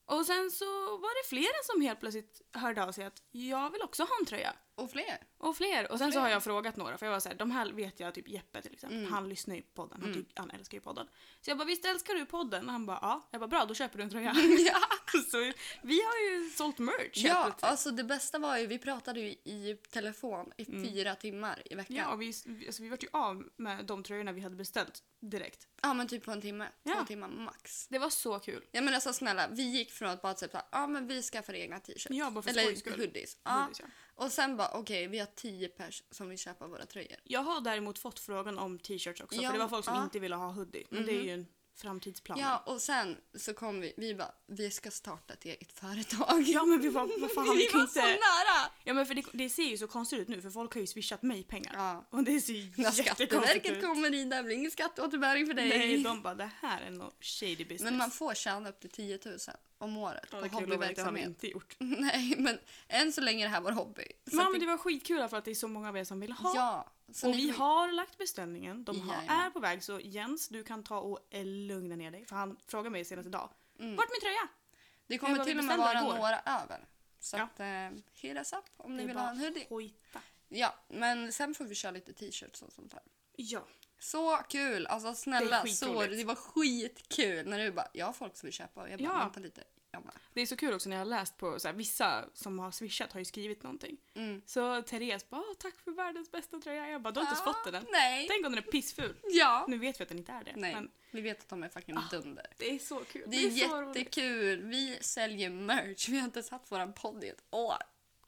Speaker 2: Och sen så var det flera som helt plötsligt hörde av sig att jag vill också ha en tröja.
Speaker 1: Och
Speaker 2: (laughs)
Speaker 1: fler.
Speaker 2: Och fler. Och sen så
Speaker 1: Fler.
Speaker 2: har jag frågat några för jag var såhär, de här vet jag, typ Jeppe till exempel.
Speaker 1: Mm.
Speaker 2: Han lyssnar ju på podden, han,
Speaker 1: Mm.
Speaker 2: tyck, han älskar ju podden. Så jag bara visst älskar du podden? Och han bara ja. Jag bara bra då köper du en tröja.
Speaker 1: ja.
Speaker 2: (laughs) så vi har ju sålt merch helt
Speaker 1: Mm. ja,
Speaker 2: plötsligt.
Speaker 1: alltså det bästa var ju, vi pratade ju i telefon i fyra timmar i veckan.
Speaker 2: Mm. Ja,
Speaker 1: Ja.
Speaker 2: och vi, vi- alltså, vi vart ju av med de tröjorna vi hade beställt direkt.
Speaker 1: men typ på en timme. Två
Speaker 2: Ja.
Speaker 1: timmar max.
Speaker 2: Det var så kul.
Speaker 1: Ja men alltså snälla, vi gick från att bara typ såhär, ja men vi skaffar egna t-shirts.
Speaker 2: Ja, bara för skojs
Speaker 1: Eller
Speaker 2: skull.
Speaker 1: hoodies. Ja.
Speaker 2: Hoodies, ja.
Speaker 1: Och sen bara okej, vi har tio pers som vill köpa våra tröjor.
Speaker 2: Jag har däremot fått frågan om t-shirts också.
Speaker 1: Ja,
Speaker 2: för det var folk som
Speaker 1: ja. Mhm.
Speaker 2: inte ville ha hoodie. Men det är ju en framtidsplan.
Speaker 1: Ja och sen så kom vi, vi bara vi ska starta ett eget företag. (laughs)
Speaker 2: Ja, men vi var, vad fan, vi kan inte...
Speaker 1: nära!
Speaker 2: Ja men för det, det ser ju så konstigt ut nu för folk har ju swishat mig pengar.
Speaker 1: Ja.
Speaker 2: Och det ser ju
Speaker 1: När
Speaker 2: jättekonstigt
Speaker 1: Skatteverket
Speaker 2: ut.
Speaker 1: kommer in, där blir ingen skatteåterbäring för dig.
Speaker 2: Nej, de bara det här är någon shady business.
Speaker 1: Men man får tjäna upp till 10 000 om året
Speaker 2: Ja,
Speaker 1: på
Speaker 2: det kan jag lova att jag har
Speaker 1: hobbyverksamhet.
Speaker 2: inte gjort.
Speaker 1: (laughs) Nej men än så länge är det här vår hobby. Så
Speaker 2: Men,
Speaker 1: att
Speaker 2: men
Speaker 1: det-
Speaker 2: det var skitkul för att det är så många av er som vill ha.
Speaker 1: Ja. Så
Speaker 2: och
Speaker 1: ni-
Speaker 2: vi har lagt beställningen, de har,
Speaker 1: Jajamän.
Speaker 2: är på väg så Jens du kan ta och eh, lugna ner dig för han frågade mig senast idag.
Speaker 1: Mm.
Speaker 2: Vart min tröja?
Speaker 1: Det
Speaker 2: Det
Speaker 1: kommer
Speaker 2: var vi
Speaker 1: till och med vara
Speaker 2: beställde igår.
Speaker 1: några över. Så
Speaker 2: Ja.
Speaker 1: att, eh, hit us up om ni
Speaker 2: Det
Speaker 1: vill
Speaker 2: var
Speaker 1: ha en hoodie.
Speaker 2: Hojta.
Speaker 1: Ja, men sen får vi köra lite t-shirts och sånt där.
Speaker 2: Ja.
Speaker 1: Så kul! Alltså snälla,
Speaker 2: Det är
Speaker 1: det, så,
Speaker 2: skitroligt.
Speaker 1: det var skitkul när du bara “jag har folk som vill köpa” och jag bara
Speaker 2: Ja.
Speaker 1: “vänta lite”. Jag bara,
Speaker 2: Det är så kul också när jag har läst på så här, vissa som har swishat har ju skrivit någonting.
Speaker 1: mm.
Speaker 2: Så Therese bara "Åh, tack för världens bästa tröja. Jag bara du har inte ens fått den än.
Speaker 1: Nej.
Speaker 2: Tänk om den är pissful.
Speaker 1: Ja.
Speaker 2: Nu vet vi att den inte är det.
Speaker 1: Nej,
Speaker 2: Men Ah,
Speaker 1: vi vet att de är fucking dunder.
Speaker 2: det är så kul.
Speaker 1: Det är,
Speaker 2: så roligt.
Speaker 1: jättekul. Vi säljer merch. Vi har inte ens haft våran podd i ett år.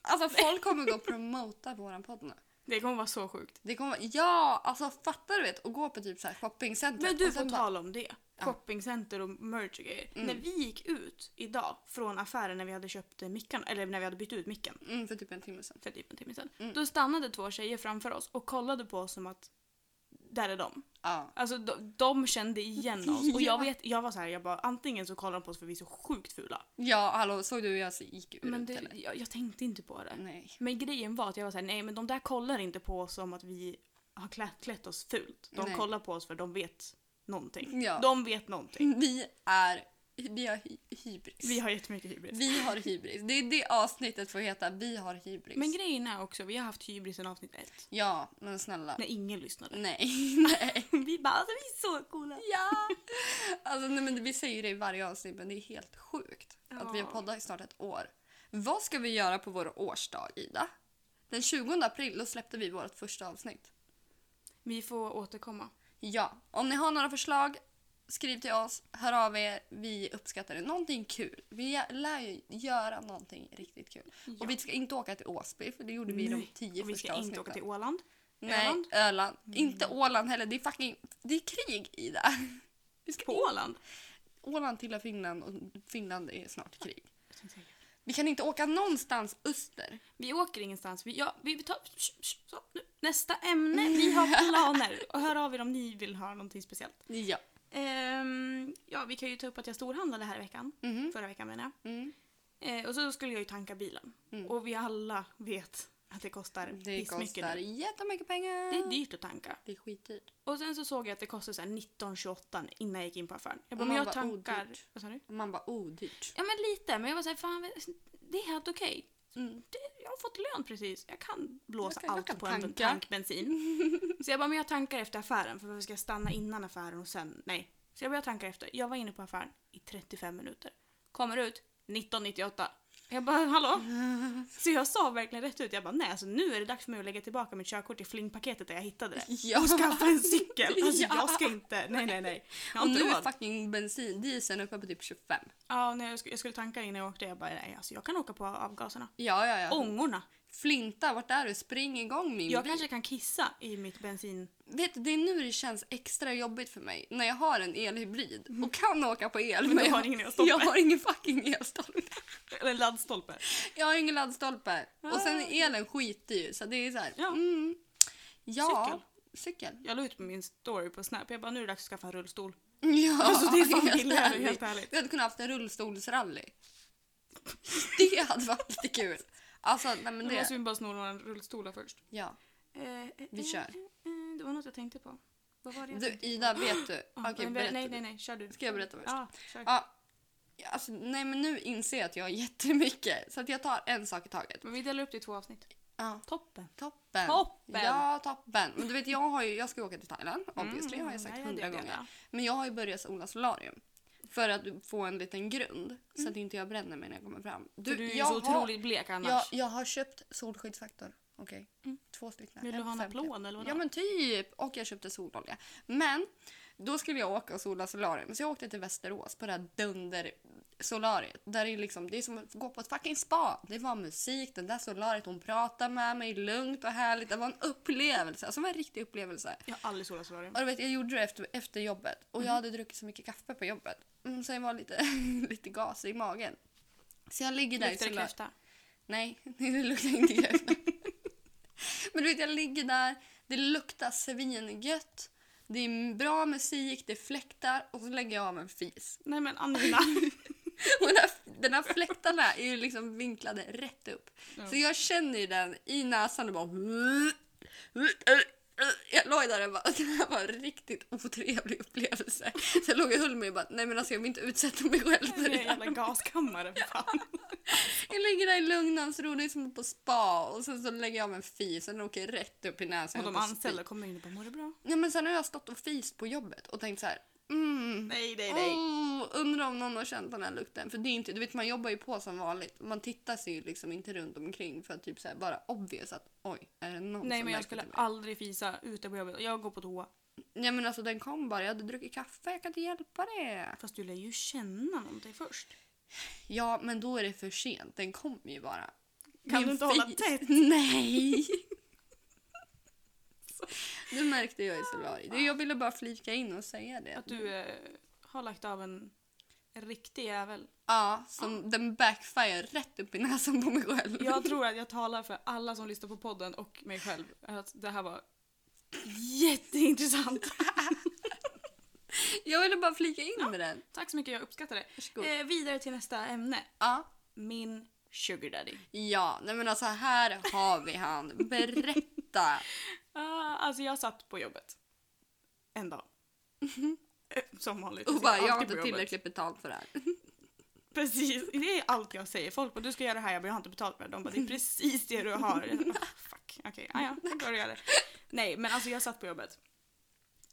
Speaker 1: Alltså folk kommer gå och promota våran podd nu.
Speaker 2: Det kommer vara så sjukt.
Speaker 1: Det kommer, ja, alltså fattar du vet? Och gå på typ så här shoppingcenter.
Speaker 2: Men du
Speaker 1: och
Speaker 2: får
Speaker 1: sen bara- Mm.
Speaker 2: tala om det. Shoppingcenter och merch och grejer. När vi gick ut idag från affären när vi hade köpt eh, mickan, eller när vi hade bytt ut micken
Speaker 1: mm, för typ en timme sedan.
Speaker 2: för typ en timme sedan.
Speaker 1: Mm.
Speaker 2: Då stannade två tjejer framför oss och kollade på oss som att där är de.
Speaker 1: Ja.
Speaker 2: Alltså de, de kände igen oss. Och (laughs)
Speaker 1: Ja.
Speaker 2: jag, vet, jag var så här, jag bara antingen så kollar de på oss för vi är så sjukt fula.
Speaker 1: ja, hallå, såg du hur jag gick ur
Speaker 2: Men
Speaker 1: ut,
Speaker 2: det,
Speaker 1: eller?
Speaker 2: jag, jag tänkte inte på det.
Speaker 1: Nej. (laughs)
Speaker 2: Men grejen var att jag var såhär, nej men de där kollar inte på oss som att vi har klätt, klätt oss fult. De
Speaker 1: Nej.
Speaker 2: kollar på oss för de vet någonting.
Speaker 1: Ja.
Speaker 2: De vet någonting.
Speaker 1: Vi är... Vi har hy- hybris.
Speaker 2: Vi har jättemycket hybris.
Speaker 1: Vi har hybris. Det är det avsnittet får heta Vi har hybris.
Speaker 2: Men grejen är också, vi har haft hybris sedan avsnitt ett.
Speaker 1: ja, men snälla.
Speaker 2: När ingen (laughs) lyssnade.
Speaker 1: Nej. (laughs)
Speaker 2: (laughs)
Speaker 1: nej.
Speaker 2: vi bara, alltså vi är så coola.
Speaker 1: Ja! Alltså, nej, men vi säger det i varje avsnitt, men det är helt sjukt
Speaker 2: Ja.
Speaker 1: att vi har poddat i snart ett år. Vad ska vi göra på vår årsdag, Ida? Den 20 april då släppte vi vårt första avsnitt.
Speaker 2: Vi får återkomma.
Speaker 1: Ja, om ni har några förslag Skriv till oss, hör av er. Vi uppskattar det. Någonting kul. Vi lär ju göra någonting riktigt kul. Och vi ska inte åka till Åsby för det gjorde vi i de
Speaker 2: Nej.
Speaker 1: tio
Speaker 2: Och vi
Speaker 1: första
Speaker 2: ska inte åka
Speaker 1: avsnitten.
Speaker 2: till Åland. Mm.
Speaker 1: Nej,
Speaker 2: Öland.
Speaker 1: Öland. Inte Åland heller. Det är fucking det är krig i där. Vi ska
Speaker 2: På Åland?
Speaker 1: Åland tillhör Finland och Finland är snart i krig. Vi kan inte åka någonstans öster.
Speaker 2: Vi åker ingenstans. Vi, ja, vi vi tar, sh, sh, så, nu. Nästa ämne. Vi (laughs) har planer. Och hör av er om ni vill höra någonting speciellt.
Speaker 1: Ja.
Speaker 2: Ehm, ja, vi kan ju ta upp att jag storhandlade här i veckan.
Speaker 1: Mhm.
Speaker 2: Förra veckan menar jag.
Speaker 1: Mm.
Speaker 2: Eh, och så skulle jag ju tanka bilen.
Speaker 1: Mm.
Speaker 2: Och vi alla vet att det kostar
Speaker 1: Det
Speaker 2: pissmycket
Speaker 1: kostar
Speaker 2: nu.
Speaker 1: jättemycket pengar.
Speaker 2: Det är dyrt att tanka.
Speaker 1: Det är skitdyrt.
Speaker 2: Och sen så såg jag att det kostade så här 19,28 innan jag gick in på affären. Jag bara,
Speaker 1: Och
Speaker 2: men
Speaker 1: man
Speaker 2: jag
Speaker 1: bara, "Oh,
Speaker 2: tankar...
Speaker 1: dyrt."
Speaker 2: Vad sa du?
Speaker 1: Man bara, oh, dyrt.
Speaker 2: Ja men lite, men jag var såhär, fan det är helt okej.
Speaker 1: Mm.
Speaker 2: Det- Jag har fått lön precis, jag kan blåsa
Speaker 1: Jag kan- jag
Speaker 2: allt
Speaker 1: kan
Speaker 2: på en
Speaker 1: tanka.
Speaker 2: tank bensin. (laughs) så jag bara, men jag tankar efter affären för varför ska jag stanna innan affären och sen, nej. Så jag började tanka efter, jag var inne på affären i 35 minuter. Kommer ut 1998. Jag
Speaker 1: (laughs)
Speaker 2: bara, hallå? Så jag sa verkligen rätt ut, jag bara, nej alltså nu är det dags för mig att lägga tillbaka mitt körkort i flingpaketet där jag hittade det.
Speaker 1: (laughs) Ja.
Speaker 2: Och skaffa en cykel.
Speaker 1: (laughs)
Speaker 2: Alltså
Speaker 1: Ja.
Speaker 2: jag ska inte, nej nej nej. Jag har
Speaker 1: Och
Speaker 2: inte
Speaker 1: nu är
Speaker 2: råd.
Speaker 1: fucking bensin, dieseln uppe på typ 25.
Speaker 2: Ja, när jag, sk- jag skulle tanka innan jag åkte. Jag bara, nej alltså jag kan åka på avgaserna.
Speaker 1: Ja, ja, Mm. ja.
Speaker 2: Ångorna.
Speaker 1: Flinta, vart är du? Spring igång min
Speaker 2: Jag
Speaker 1: bil.
Speaker 2: kanske kan kissa i mitt
Speaker 1: (laughs)
Speaker 2: bensin.
Speaker 1: Vet du, det är nu det känns extra jobbigt för mig. När jag har en elhybrid och kan åka på el.
Speaker 2: Mm. Men du
Speaker 1: jag
Speaker 2: har ingen elstolpe.
Speaker 1: Jag har ingen fucking elstolpe.
Speaker 2: Eller laddstolpe.
Speaker 1: Jag har ingen laddstolpe. Och sen
Speaker 2: Ah.
Speaker 1: är elen skiter ju så det är så här.
Speaker 2: Ja.
Speaker 1: Mm, ja. Cykel.
Speaker 2: Jag la ut på min story på Snap. Jag bara, nu är det dags att skaffa en rullstol.
Speaker 1: Ja,
Speaker 2: Alltså, det är fan
Speaker 1: helt
Speaker 2: billigare,
Speaker 1: ärligt.
Speaker 2: helt ärligt.
Speaker 1: Vi hade kunnat haft en rullstolsrally. Det hade varit lite kul. Alltså, nej men
Speaker 2: Nu måste
Speaker 1: det.
Speaker 2: vi bara sno några rullstolar först.
Speaker 1: Ja. Vi eh, kör.
Speaker 2: Det var något jag tänkte på. Vad var det
Speaker 1: Du, Ida, vet du? Okej, berätta.
Speaker 2: nej,
Speaker 1: du.
Speaker 2: nej, nej, kör du.
Speaker 1: Ska jag berätta först?
Speaker 2: Ja, kör.
Speaker 1: Ja, alltså, nej men nu inser jag att jag har jättemycket. Så att jag tar en sak i taget.
Speaker 2: Men vi delar upp det i två avsnitt.
Speaker 1: Ja.
Speaker 2: Toppen.
Speaker 1: Toppen.
Speaker 2: Toppen.
Speaker 1: Ja, toppen. Men du vet, jag, har ju, jag ska ju åka till Thailand, obviously, har jag sagt
Speaker 2: ja, ja,
Speaker 1: hundra
Speaker 2: det vet
Speaker 1: gånger.
Speaker 2: jag.
Speaker 1: Men jag har ju börjat odla solarium. För att få en liten grund, så att inte jag bränner mig när jag kommer fram.
Speaker 2: Mm. Du, du är ju
Speaker 1: jag
Speaker 2: så
Speaker 1: har-
Speaker 2: otroligt blek annars. Mm.
Speaker 1: jag, jag har köpt solskyddsfaktor. Okej. Två stycken.
Speaker 2: Vill du ha en
Speaker 1: 1,50.
Speaker 2: applåd eller vadå?
Speaker 1: Ja men typ. Och jag köpte sololja. Men då skulle jag åka och sola solarium. Så jag åkte till Västerås på det här dunder solariet. Där det, är liksom, det är som att gå på ett fucking spa. Det var musik, den där solariet hon pratade med mig lugnt och härligt. Det var en upplevelse. Alltså det var en riktig upplevelse.
Speaker 2: Jag har aldrig solat solarium.
Speaker 1: Och du vet, jag gjorde det efter, efter jobbet och
Speaker 2: Mm.
Speaker 1: jag hade druckit så mycket kaffe på jobbet. Mm, så jag var lite, (laughs) lite gasig i magen. Så jag ligger där i
Speaker 2: Luktar det
Speaker 1: solar-
Speaker 2: kräfta?
Speaker 1: Nej, (laughs) det luktar inte kräfta. Men du vet, jag ligger där, det luktar svingött, det är bra musik, det fläktar och så lägger jag av en fis. (laughs)
Speaker 2: Nej men Anina.
Speaker 1: Och den här, den här fläktarna är ju liksom vinklade rätt upp. Så jag känner ju den i näsan och bara... (laughs) Jag låg där och bara, (laughs) det här var en riktigt otrevlig upplevelse. Så jag låg och höll mig och bara, nej men alltså jag vill inte utsätta mig själv
Speaker 2: Det
Speaker 1: för
Speaker 2: är
Speaker 1: det
Speaker 2: en
Speaker 1: här.
Speaker 2: jävla gaskammare för fan.
Speaker 1: Jag ligger där i lugnans ro, det är som på spa och sen så lägger jag av en fis och den åker rätt upp i näsan.
Speaker 2: Och
Speaker 1: Jag
Speaker 2: de
Speaker 1: bara,
Speaker 2: anställda kommer in och bara mår du bra?
Speaker 1: Ja men sen har jag stått och fist på jobbet och tänkt så här, mm,
Speaker 2: Nej, nej,
Speaker 1: Oh, undrar om någon har känt den här lukten. För det är inte, du vet man jobbar ju på som vanligt. Man tittar sig ju liksom inte runt omkring för att typ så här bara obvious att oj, är det någon
Speaker 2: Nej
Speaker 1: som
Speaker 2: men jag
Speaker 1: märker
Speaker 2: skulle
Speaker 1: till mig?
Speaker 2: aldrig fisa ute på jobbet. Jag går på toa.
Speaker 1: Nej men alltså den kom bara, jag hade druckit kaffe, jag kan inte hjälpa det.
Speaker 2: Fast du lär ju känna någonting först.
Speaker 1: Ja men då är det för sent, den kom ju bara.
Speaker 2: Kan du inte hålla (laughs) tätt?
Speaker 1: (laughs) Nej! Det märkte jag i Solari. Det- Jag ville bara flika in och säga det.
Speaker 2: Att du eh, har lagt av en en riktig jävel.
Speaker 1: Ja, som den backfire rätt upp i näsan på mig själv.
Speaker 2: Jag (laughs) tror att jag talar för alla som lyssnar på podden och mig själv. Att det här var (laughs) jätteintressant.
Speaker 1: (laughs) Jag ville bara flika in med den.
Speaker 2: Tack så mycket, jag uppskattar
Speaker 1: Varsågod.
Speaker 2: det. Eh, vidare till nästa ämne.
Speaker 1: Ja.
Speaker 2: Min sugar daddy.
Speaker 1: Ja, nej men alltså här har vi han.
Speaker 2: (laughs)
Speaker 1: Berätta.
Speaker 2: Ah, alltså jag satt på jobbet. En dag. Eh, Som vanligt.
Speaker 1: Mhm. Och
Speaker 2: Jag
Speaker 1: bara,
Speaker 2: sitter
Speaker 1: jag har
Speaker 2: alltid
Speaker 1: inte
Speaker 2: på jobbet.
Speaker 1: tillräckligt betalt för det här.
Speaker 2: Precis, det är allt jag säger. Folk bara du ska göra det här, jag bara jag har inte betalt för det. De bara det
Speaker 1: Mm.
Speaker 2: är precis det du har. Jag
Speaker 1: (laughs)
Speaker 2: bara, fuck, okej, okay, ja, då går du göra det. Nej, men alltså jag satt på jobbet.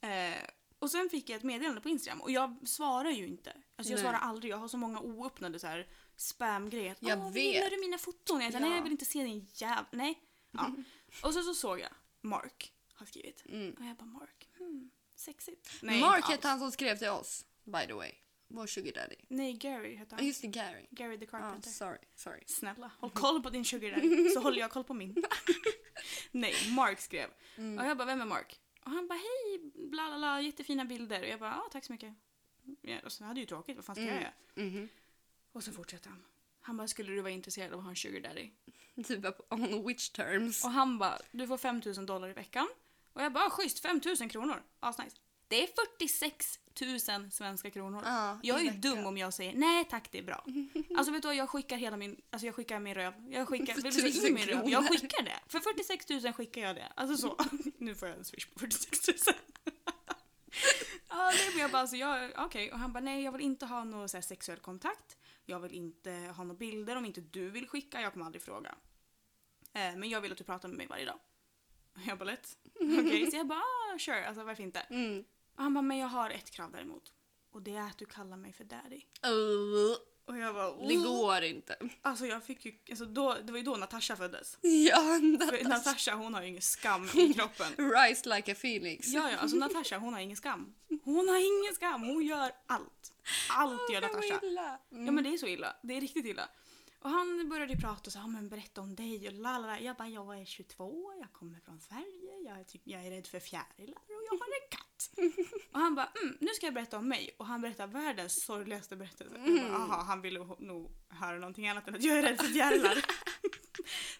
Speaker 2: Eh, och sen fick jag ett meddelande på Instagram och jag svarar ju inte. Alltså jag
Speaker 1: Nej.
Speaker 2: svarar aldrig, jag har så många oöppnade så här spamgrejer.
Speaker 1: Jag
Speaker 2: Åh,
Speaker 1: vet.
Speaker 2: Gillar du mina foton? Jag sa, nej
Speaker 1: Ja.
Speaker 2: jag vill inte se din jävla...
Speaker 1: (laughs)
Speaker 2: Nej. Ja. Och sen så såg jag Mark har skrivit.
Speaker 1: Mm.
Speaker 2: Och jag bara Mark, hmm. Sexigt. Nej, inte
Speaker 1: Mark hette
Speaker 2: alls.
Speaker 1: han som skrev till oss, by the way. Vår sugar daddy.
Speaker 2: Nej, Gary hette
Speaker 1: Ja,
Speaker 2: han.
Speaker 1: Just det, Gary.
Speaker 2: Gary the
Speaker 1: Ja,
Speaker 2: Carpenter.
Speaker 1: sorry, sorry.
Speaker 2: Snälla, håll koll på din sugar daddy, så håller jag koll på min. Nej, Mark skrev. Och jag bara, vem är Mark? Och han bara, hej, bla bla bla, jättefina bilder. Och jag bara, ja tack så mycket. Ja, och sen hade jag ju tråkigt, vad fan ska jag göra?
Speaker 1: Mhm.
Speaker 2: Och så fortsatte han. Han bara, skulle du vara intresserad av att ha en sugar daddy?
Speaker 1: Typ bara på- on which terms.
Speaker 2: Och han bara, du får 5000 dollar i veckan. Och jag bara, ah, schysst 5000 kronor. Asnice. Det är 46 000 svenska kronor.
Speaker 1: Ja,
Speaker 2: jag är
Speaker 1: i
Speaker 2: ju
Speaker 1: veckan.
Speaker 2: dum om jag säger nej tack det är bra. Alltså vet du vad, jag skickar hela min, alltså jag skickar min röv. Jag skickar,
Speaker 1: För
Speaker 2: vill du se
Speaker 1: 1000
Speaker 2: in min röv?
Speaker 1: kronor.
Speaker 2: Jag skickar det. För 46 000 skickar jag det. Alltså så. (laughs) nu får jag en swish på 46 000. (laughs) Ja, det är mer bara alltså jag, okej. Och han bara nej jag vill inte ha någon så här sexuell kontakt. Jag vill inte ha några bilder om inte du vill skicka, jag kommer aldrig fråga. Eh, men jag vill att du pratar med mig varje dag. Jag bara lätt. Okej, så jag bara ah, sure, alltså varför inte?
Speaker 1: Mm.
Speaker 2: Och han bara men jag har ett krav däremot. Och det är att du kallar mig för daddy.
Speaker 1: Uh,
Speaker 2: Och jag bara
Speaker 1: det
Speaker 2: oh.
Speaker 1: går
Speaker 2: (laughs)
Speaker 1: inte.
Speaker 2: Alltså jag fick ju, alltså då, det var ju då Natasha föddes.
Speaker 1: Ja,
Speaker 2: För
Speaker 1: that-
Speaker 2: Natasha hon har ju ingen skam (laughs) i kroppen.
Speaker 1: Rise like a phoenix.
Speaker 2: Ja, ja, alltså Natasha hon har ingen skam. Hon har ingen skam, hon gör allt. Allt gör
Speaker 1: Åh, vad
Speaker 2: Natasha.
Speaker 1: illa.
Speaker 2: Ja men det är så illa, det är riktigt illa. Och han började ju prata och sa, "Ja, men berätta om dig och lalala. Jag bara, jag är 22, jag kommer från Sverige, jag är, typ, jag är rädd för fjärilar och jag har en katt. och han bara, mm, nu ska jag berätta om mig. Och han berättar världens sorgligaste berättelse. Jag bara, aha, han ville ho- nog höra någonting annat än att jag är rädd för fjärilar.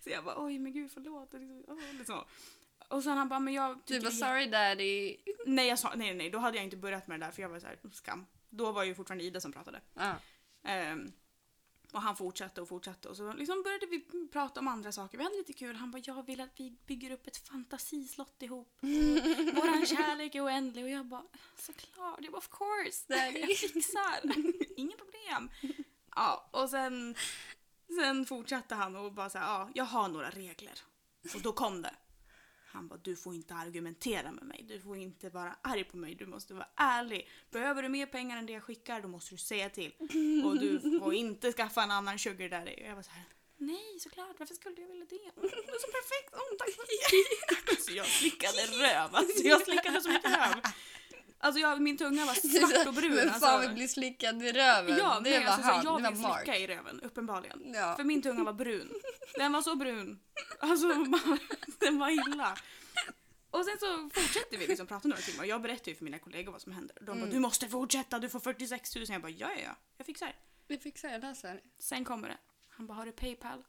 Speaker 2: så jag bara, oj men gud förlåt. Och liksom, åh, liksom. Och sen han bara, men jag
Speaker 1: Du
Speaker 2: tycker
Speaker 1: bara
Speaker 2: det är
Speaker 1: sorry daddy.
Speaker 2: Nej, jag sa, nej, nej, nej, då hade jag inte börjat med det där för jag var så här, skam. Då var ju fortfarande Ida som pratade.
Speaker 1: Ja.
Speaker 2: Ehm, och han fortsatte och fortsatte och så liksom började vi prata om andra saker. Vi hade lite kul. Han bara, jag vill att vi bygger upp ett fantasislott ihop. Vår kärlek är oändlig. Och jag bara, såklart. Jag bara, of course.
Speaker 1: Daddy."
Speaker 2: Jag fixar. Inga problem. Ja, och sen, sen fortsatte han och bara så här, ja, jag har några regler. Och då kom det. Han bara, du får inte argumentera med mig. Du får inte vara arg på mig. Du måste vara ärlig. Behöver du mer pengar än det jag skickar, då måste du säga till. Och du får inte skaffa en annan sugar daddy. Och jag var så här, nej såklart, varför skulle jag vilja det? Åh, det är så perfekt, åh tack så mycket. (laughs) Så jag slickade röv, alltså jag slickade så mycket röv. Alltså jag, min tunga var svart och brun.
Speaker 1: Men
Speaker 2: alltså.
Speaker 1: fan vi blir slickad i röven.
Speaker 2: Ja,
Speaker 1: det
Speaker 2: nej,
Speaker 1: var
Speaker 2: alltså, så
Speaker 1: han,
Speaker 2: jag
Speaker 1: det var
Speaker 2: fick
Speaker 1: Mark.
Speaker 2: slicka i röven, uppenbarligen.
Speaker 1: Ja.
Speaker 2: För min tunga var brun. Den var så brun. Alltså, man- (laughs) den var illa. Och sen så fortsätter vi liksom prata några timmar och jag berättar ju för mina kollegor vad som händer. De bara “du måste fortsätta, du får 46 000”. Jag bara “ja, ja, ja, jag fixar det”.
Speaker 1: Vi fixar det, där sen.
Speaker 2: Sen kommer det. Han bara “har du Paypal?”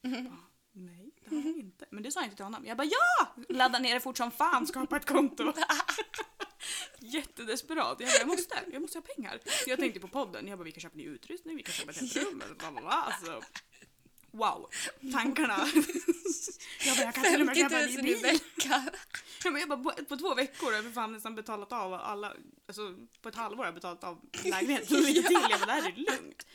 Speaker 2: Jag bara, Nej, det har jag inte. Men det sa jag inte till honom. Jag bara ja! Ladda ner det fort som fan, skapa ett konto. Jättedesperat. Jag bara, jag måste, jag måste ha pengar. Så jag tänkte på podden, jag bara vi kan köpa ny utrustning, vi kan köpa ett helt rum eller bla bla bla. Alltså, wow, tankarna. Jag bara jag kan till och med
Speaker 1: 50
Speaker 2: köpa en
Speaker 1: 000
Speaker 2: ny
Speaker 1: i
Speaker 2: bil.
Speaker 1: veckan.
Speaker 2: Ja, men jag bara, på, på två veckor har jag för fan nästan betalat av alla, alltså på ett halvår har jag betalat av lägenheten och lite till. Jag bara, det här är lugnt.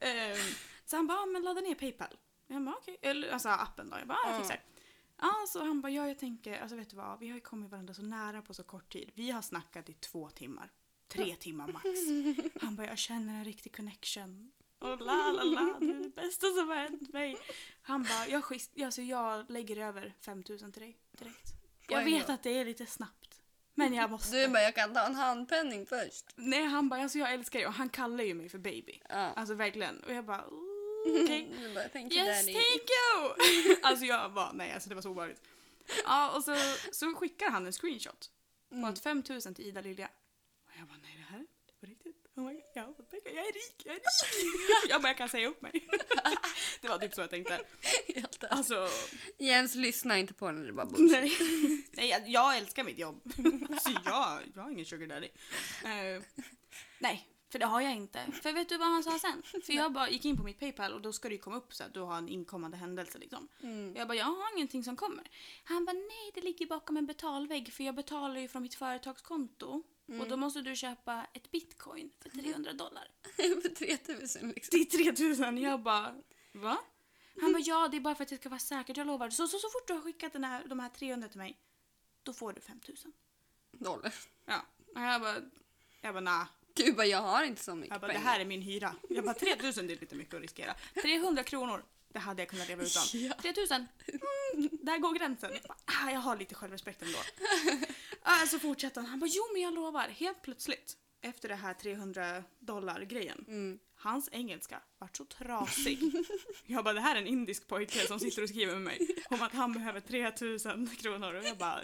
Speaker 2: Ehm, så han bara, ah, men ladda ner Paypal. Jag bara, okej. Eller alltså appen då. Jag bara, ah, jag
Speaker 1: Ja.
Speaker 2: fixar. Ja, så han bara, ja jag tänker, alltså vet du vad, vi har ju kommit varandra så nära på så kort tid. Vi har snackat i två timmar. Tre timmar max. Han bara, jag känner en riktig connection. Och la la la, du är det bästa som har hänt mig. Han bara, jag, schysst- alltså, jag lägger över 5000 till dig direkt. Jag
Speaker 1: Why
Speaker 2: vet
Speaker 1: not?
Speaker 2: att det är lite snabbt. Men jag måste.
Speaker 1: Du bara, jag kan ta en handpenning först.
Speaker 2: Nej, han bara, alltså jag älskar dig och han kallar ju mig för baby.
Speaker 1: Ja.
Speaker 2: Alltså verkligen. Och jag bara, "Ooh, okej.
Speaker 1: (laughs) Du bara, thank you
Speaker 2: Yes,
Speaker 1: daddy.
Speaker 2: thank you! alltså jag bara, nej alltså det var så obehagligt. Ja, och så, så skickar han en screenshot på att 5000 till Ida Lilja. Och jag bara, nej det här är på riktigt. Oh my God, jag, har fått pengar. jag är rik, jag är rik! jag bara, jag kan säga upp mig. (laughs) det var typ så jag tänkte.
Speaker 1: (laughs) Helt ärligt.
Speaker 2: Alltså,
Speaker 1: Jens lyssnar inte på när det bara bullshit.
Speaker 2: nej. (laughs) nej jag, jag älskar mitt jobb. (laughs) så jag, jag har ingen sugar daddy. Eh, nej. För det har jag inte. För vet du vad han sa sen? För jag bara gick in på mitt Paypal och då ska det ju komma upp så att du har en inkommande händelse liksom.
Speaker 1: Mm.
Speaker 2: Jag bara, jag har ingenting som kommer. Han bara, nej det ligger bakom en betalvägg för jag betalar ju från mitt företagskonto. Och då måste du köpa ett bitcoin för 300 dollar.
Speaker 1: (laughs) För 3000
Speaker 2: Mm. Det
Speaker 1: liksom.
Speaker 2: är 3000! Jag bara, va? Han bara, ja det är bara för att det ska vara säkert, jag lovar. Så, så, så fort du har skickat den här, de här 300 till mig, då får du 5000.
Speaker 1: Dollar.
Speaker 2: Ja. Och jag bara, jag bara, nah.
Speaker 1: Du bara, jag har inte så mycket
Speaker 2: Jag bara, det
Speaker 1: pengar.
Speaker 2: här är min hyra. Jag bara, 3000 det är lite mycket att riskera. 300 kronor, det hade jag kunnat leva (laughs) utan.
Speaker 1: Ja.
Speaker 2: 3000, mm, där går gränsen. Jag, bara, ah, jag har lite självrespekt ändå. Ah, så fortsatte han. Han bara, jo men jag lovar. Helt plötsligt, efter det här 300 dollar-grejen,
Speaker 1: Mm.
Speaker 2: hans engelska vart så trasig. (laughs) jag bara, det här är en indisk pojke som sitter och skriver med mig om att han behöver 3000 kronor. Och jag bara,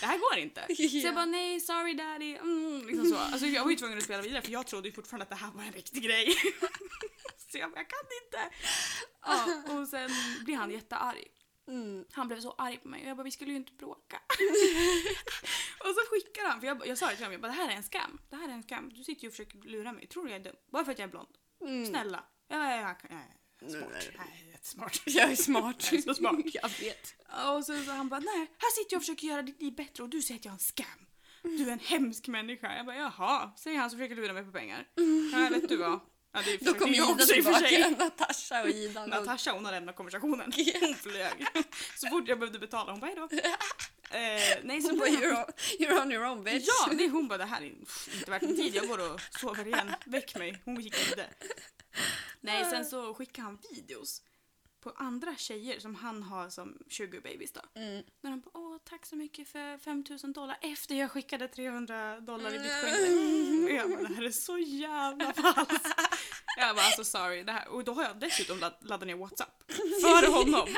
Speaker 2: det här går inte. Så
Speaker 1: Ja.
Speaker 2: jag bara, nej, sorry daddy. Mm, liksom så. Alltså, jag var ju tvungen att spela vidare för jag trodde ju fortfarande att det här var en riktig grej. (laughs) så jag bara, jag kan inte. Ja, och sen blir han jättearg.
Speaker 1: Mm.
Speaker 2: Han blev så arg på mig och jag bara vi skulle ju inte bråka. (laughs) och så skickar han, för jag, jag sa det till honom, jag bara det här är en skam. Det här är en skam. Du sitter ju och försöker lura mig. Tror du jag är dum? Bara för att jag är blond.
Speaker 1: Mm.
Speaker 2: Snälla. Ja, ja, ja, ja, ja.
Speaker 1: Nej,
Speaker 2: Smart.
Speaker 1: nej.
Speaker 2: Jag är jättesmart. (laughs)
Speaker 1: Jag är smart.
Speaker 2: Jag är så smart.
Speaker 1: jag vet.
Speaker 2: Och så, så han bara nej, här sitter jag och försöker göra ditt liv bättre och du säger att jag är en skam. Du är en hemsk människa. Jag bara jaha, säger han som försöker lura mig på pengar. Ja, vet du vad. Ja, det
Speaker 1: Då
Speaker 2: försöker
Speaker 1: kom
Speaker 2: jag
Speaker 1: Ida
Speaker 2: också i och för sig.
Speaker 1: tillbaka. Natasha och Ida.
Speaker 2: Natasha hon har lämnat konversationen. Hon flög. Så fort jag behövde betala, hon bara hejdå. Eh, nej, så
Speaker 1: Hon bara,
Speaker 2: blev
Speaker 1: you're, on- you're on your own bitch.
Speaker 2: Ja, nej, hon bara det här är pff, inte värt min tid, jag går och sover igen. Väck mig. Hon gick inte. Nej, sen så skickade han videos på andra tjejer som han har som sugar babies då.
Speaker 1: Mm.
Speaker 2: När han bara åh tack så mycket för 5000 dollar efter jag skickade 300 dollar i
Speaker 1: Mm.
Speaker 2: bitcoin. Och jag bara det här är så jävla falskt. Jag bara alltså sorry det här. Och då har jag dessutom ladd- laddat ner WhatsApp. För honom.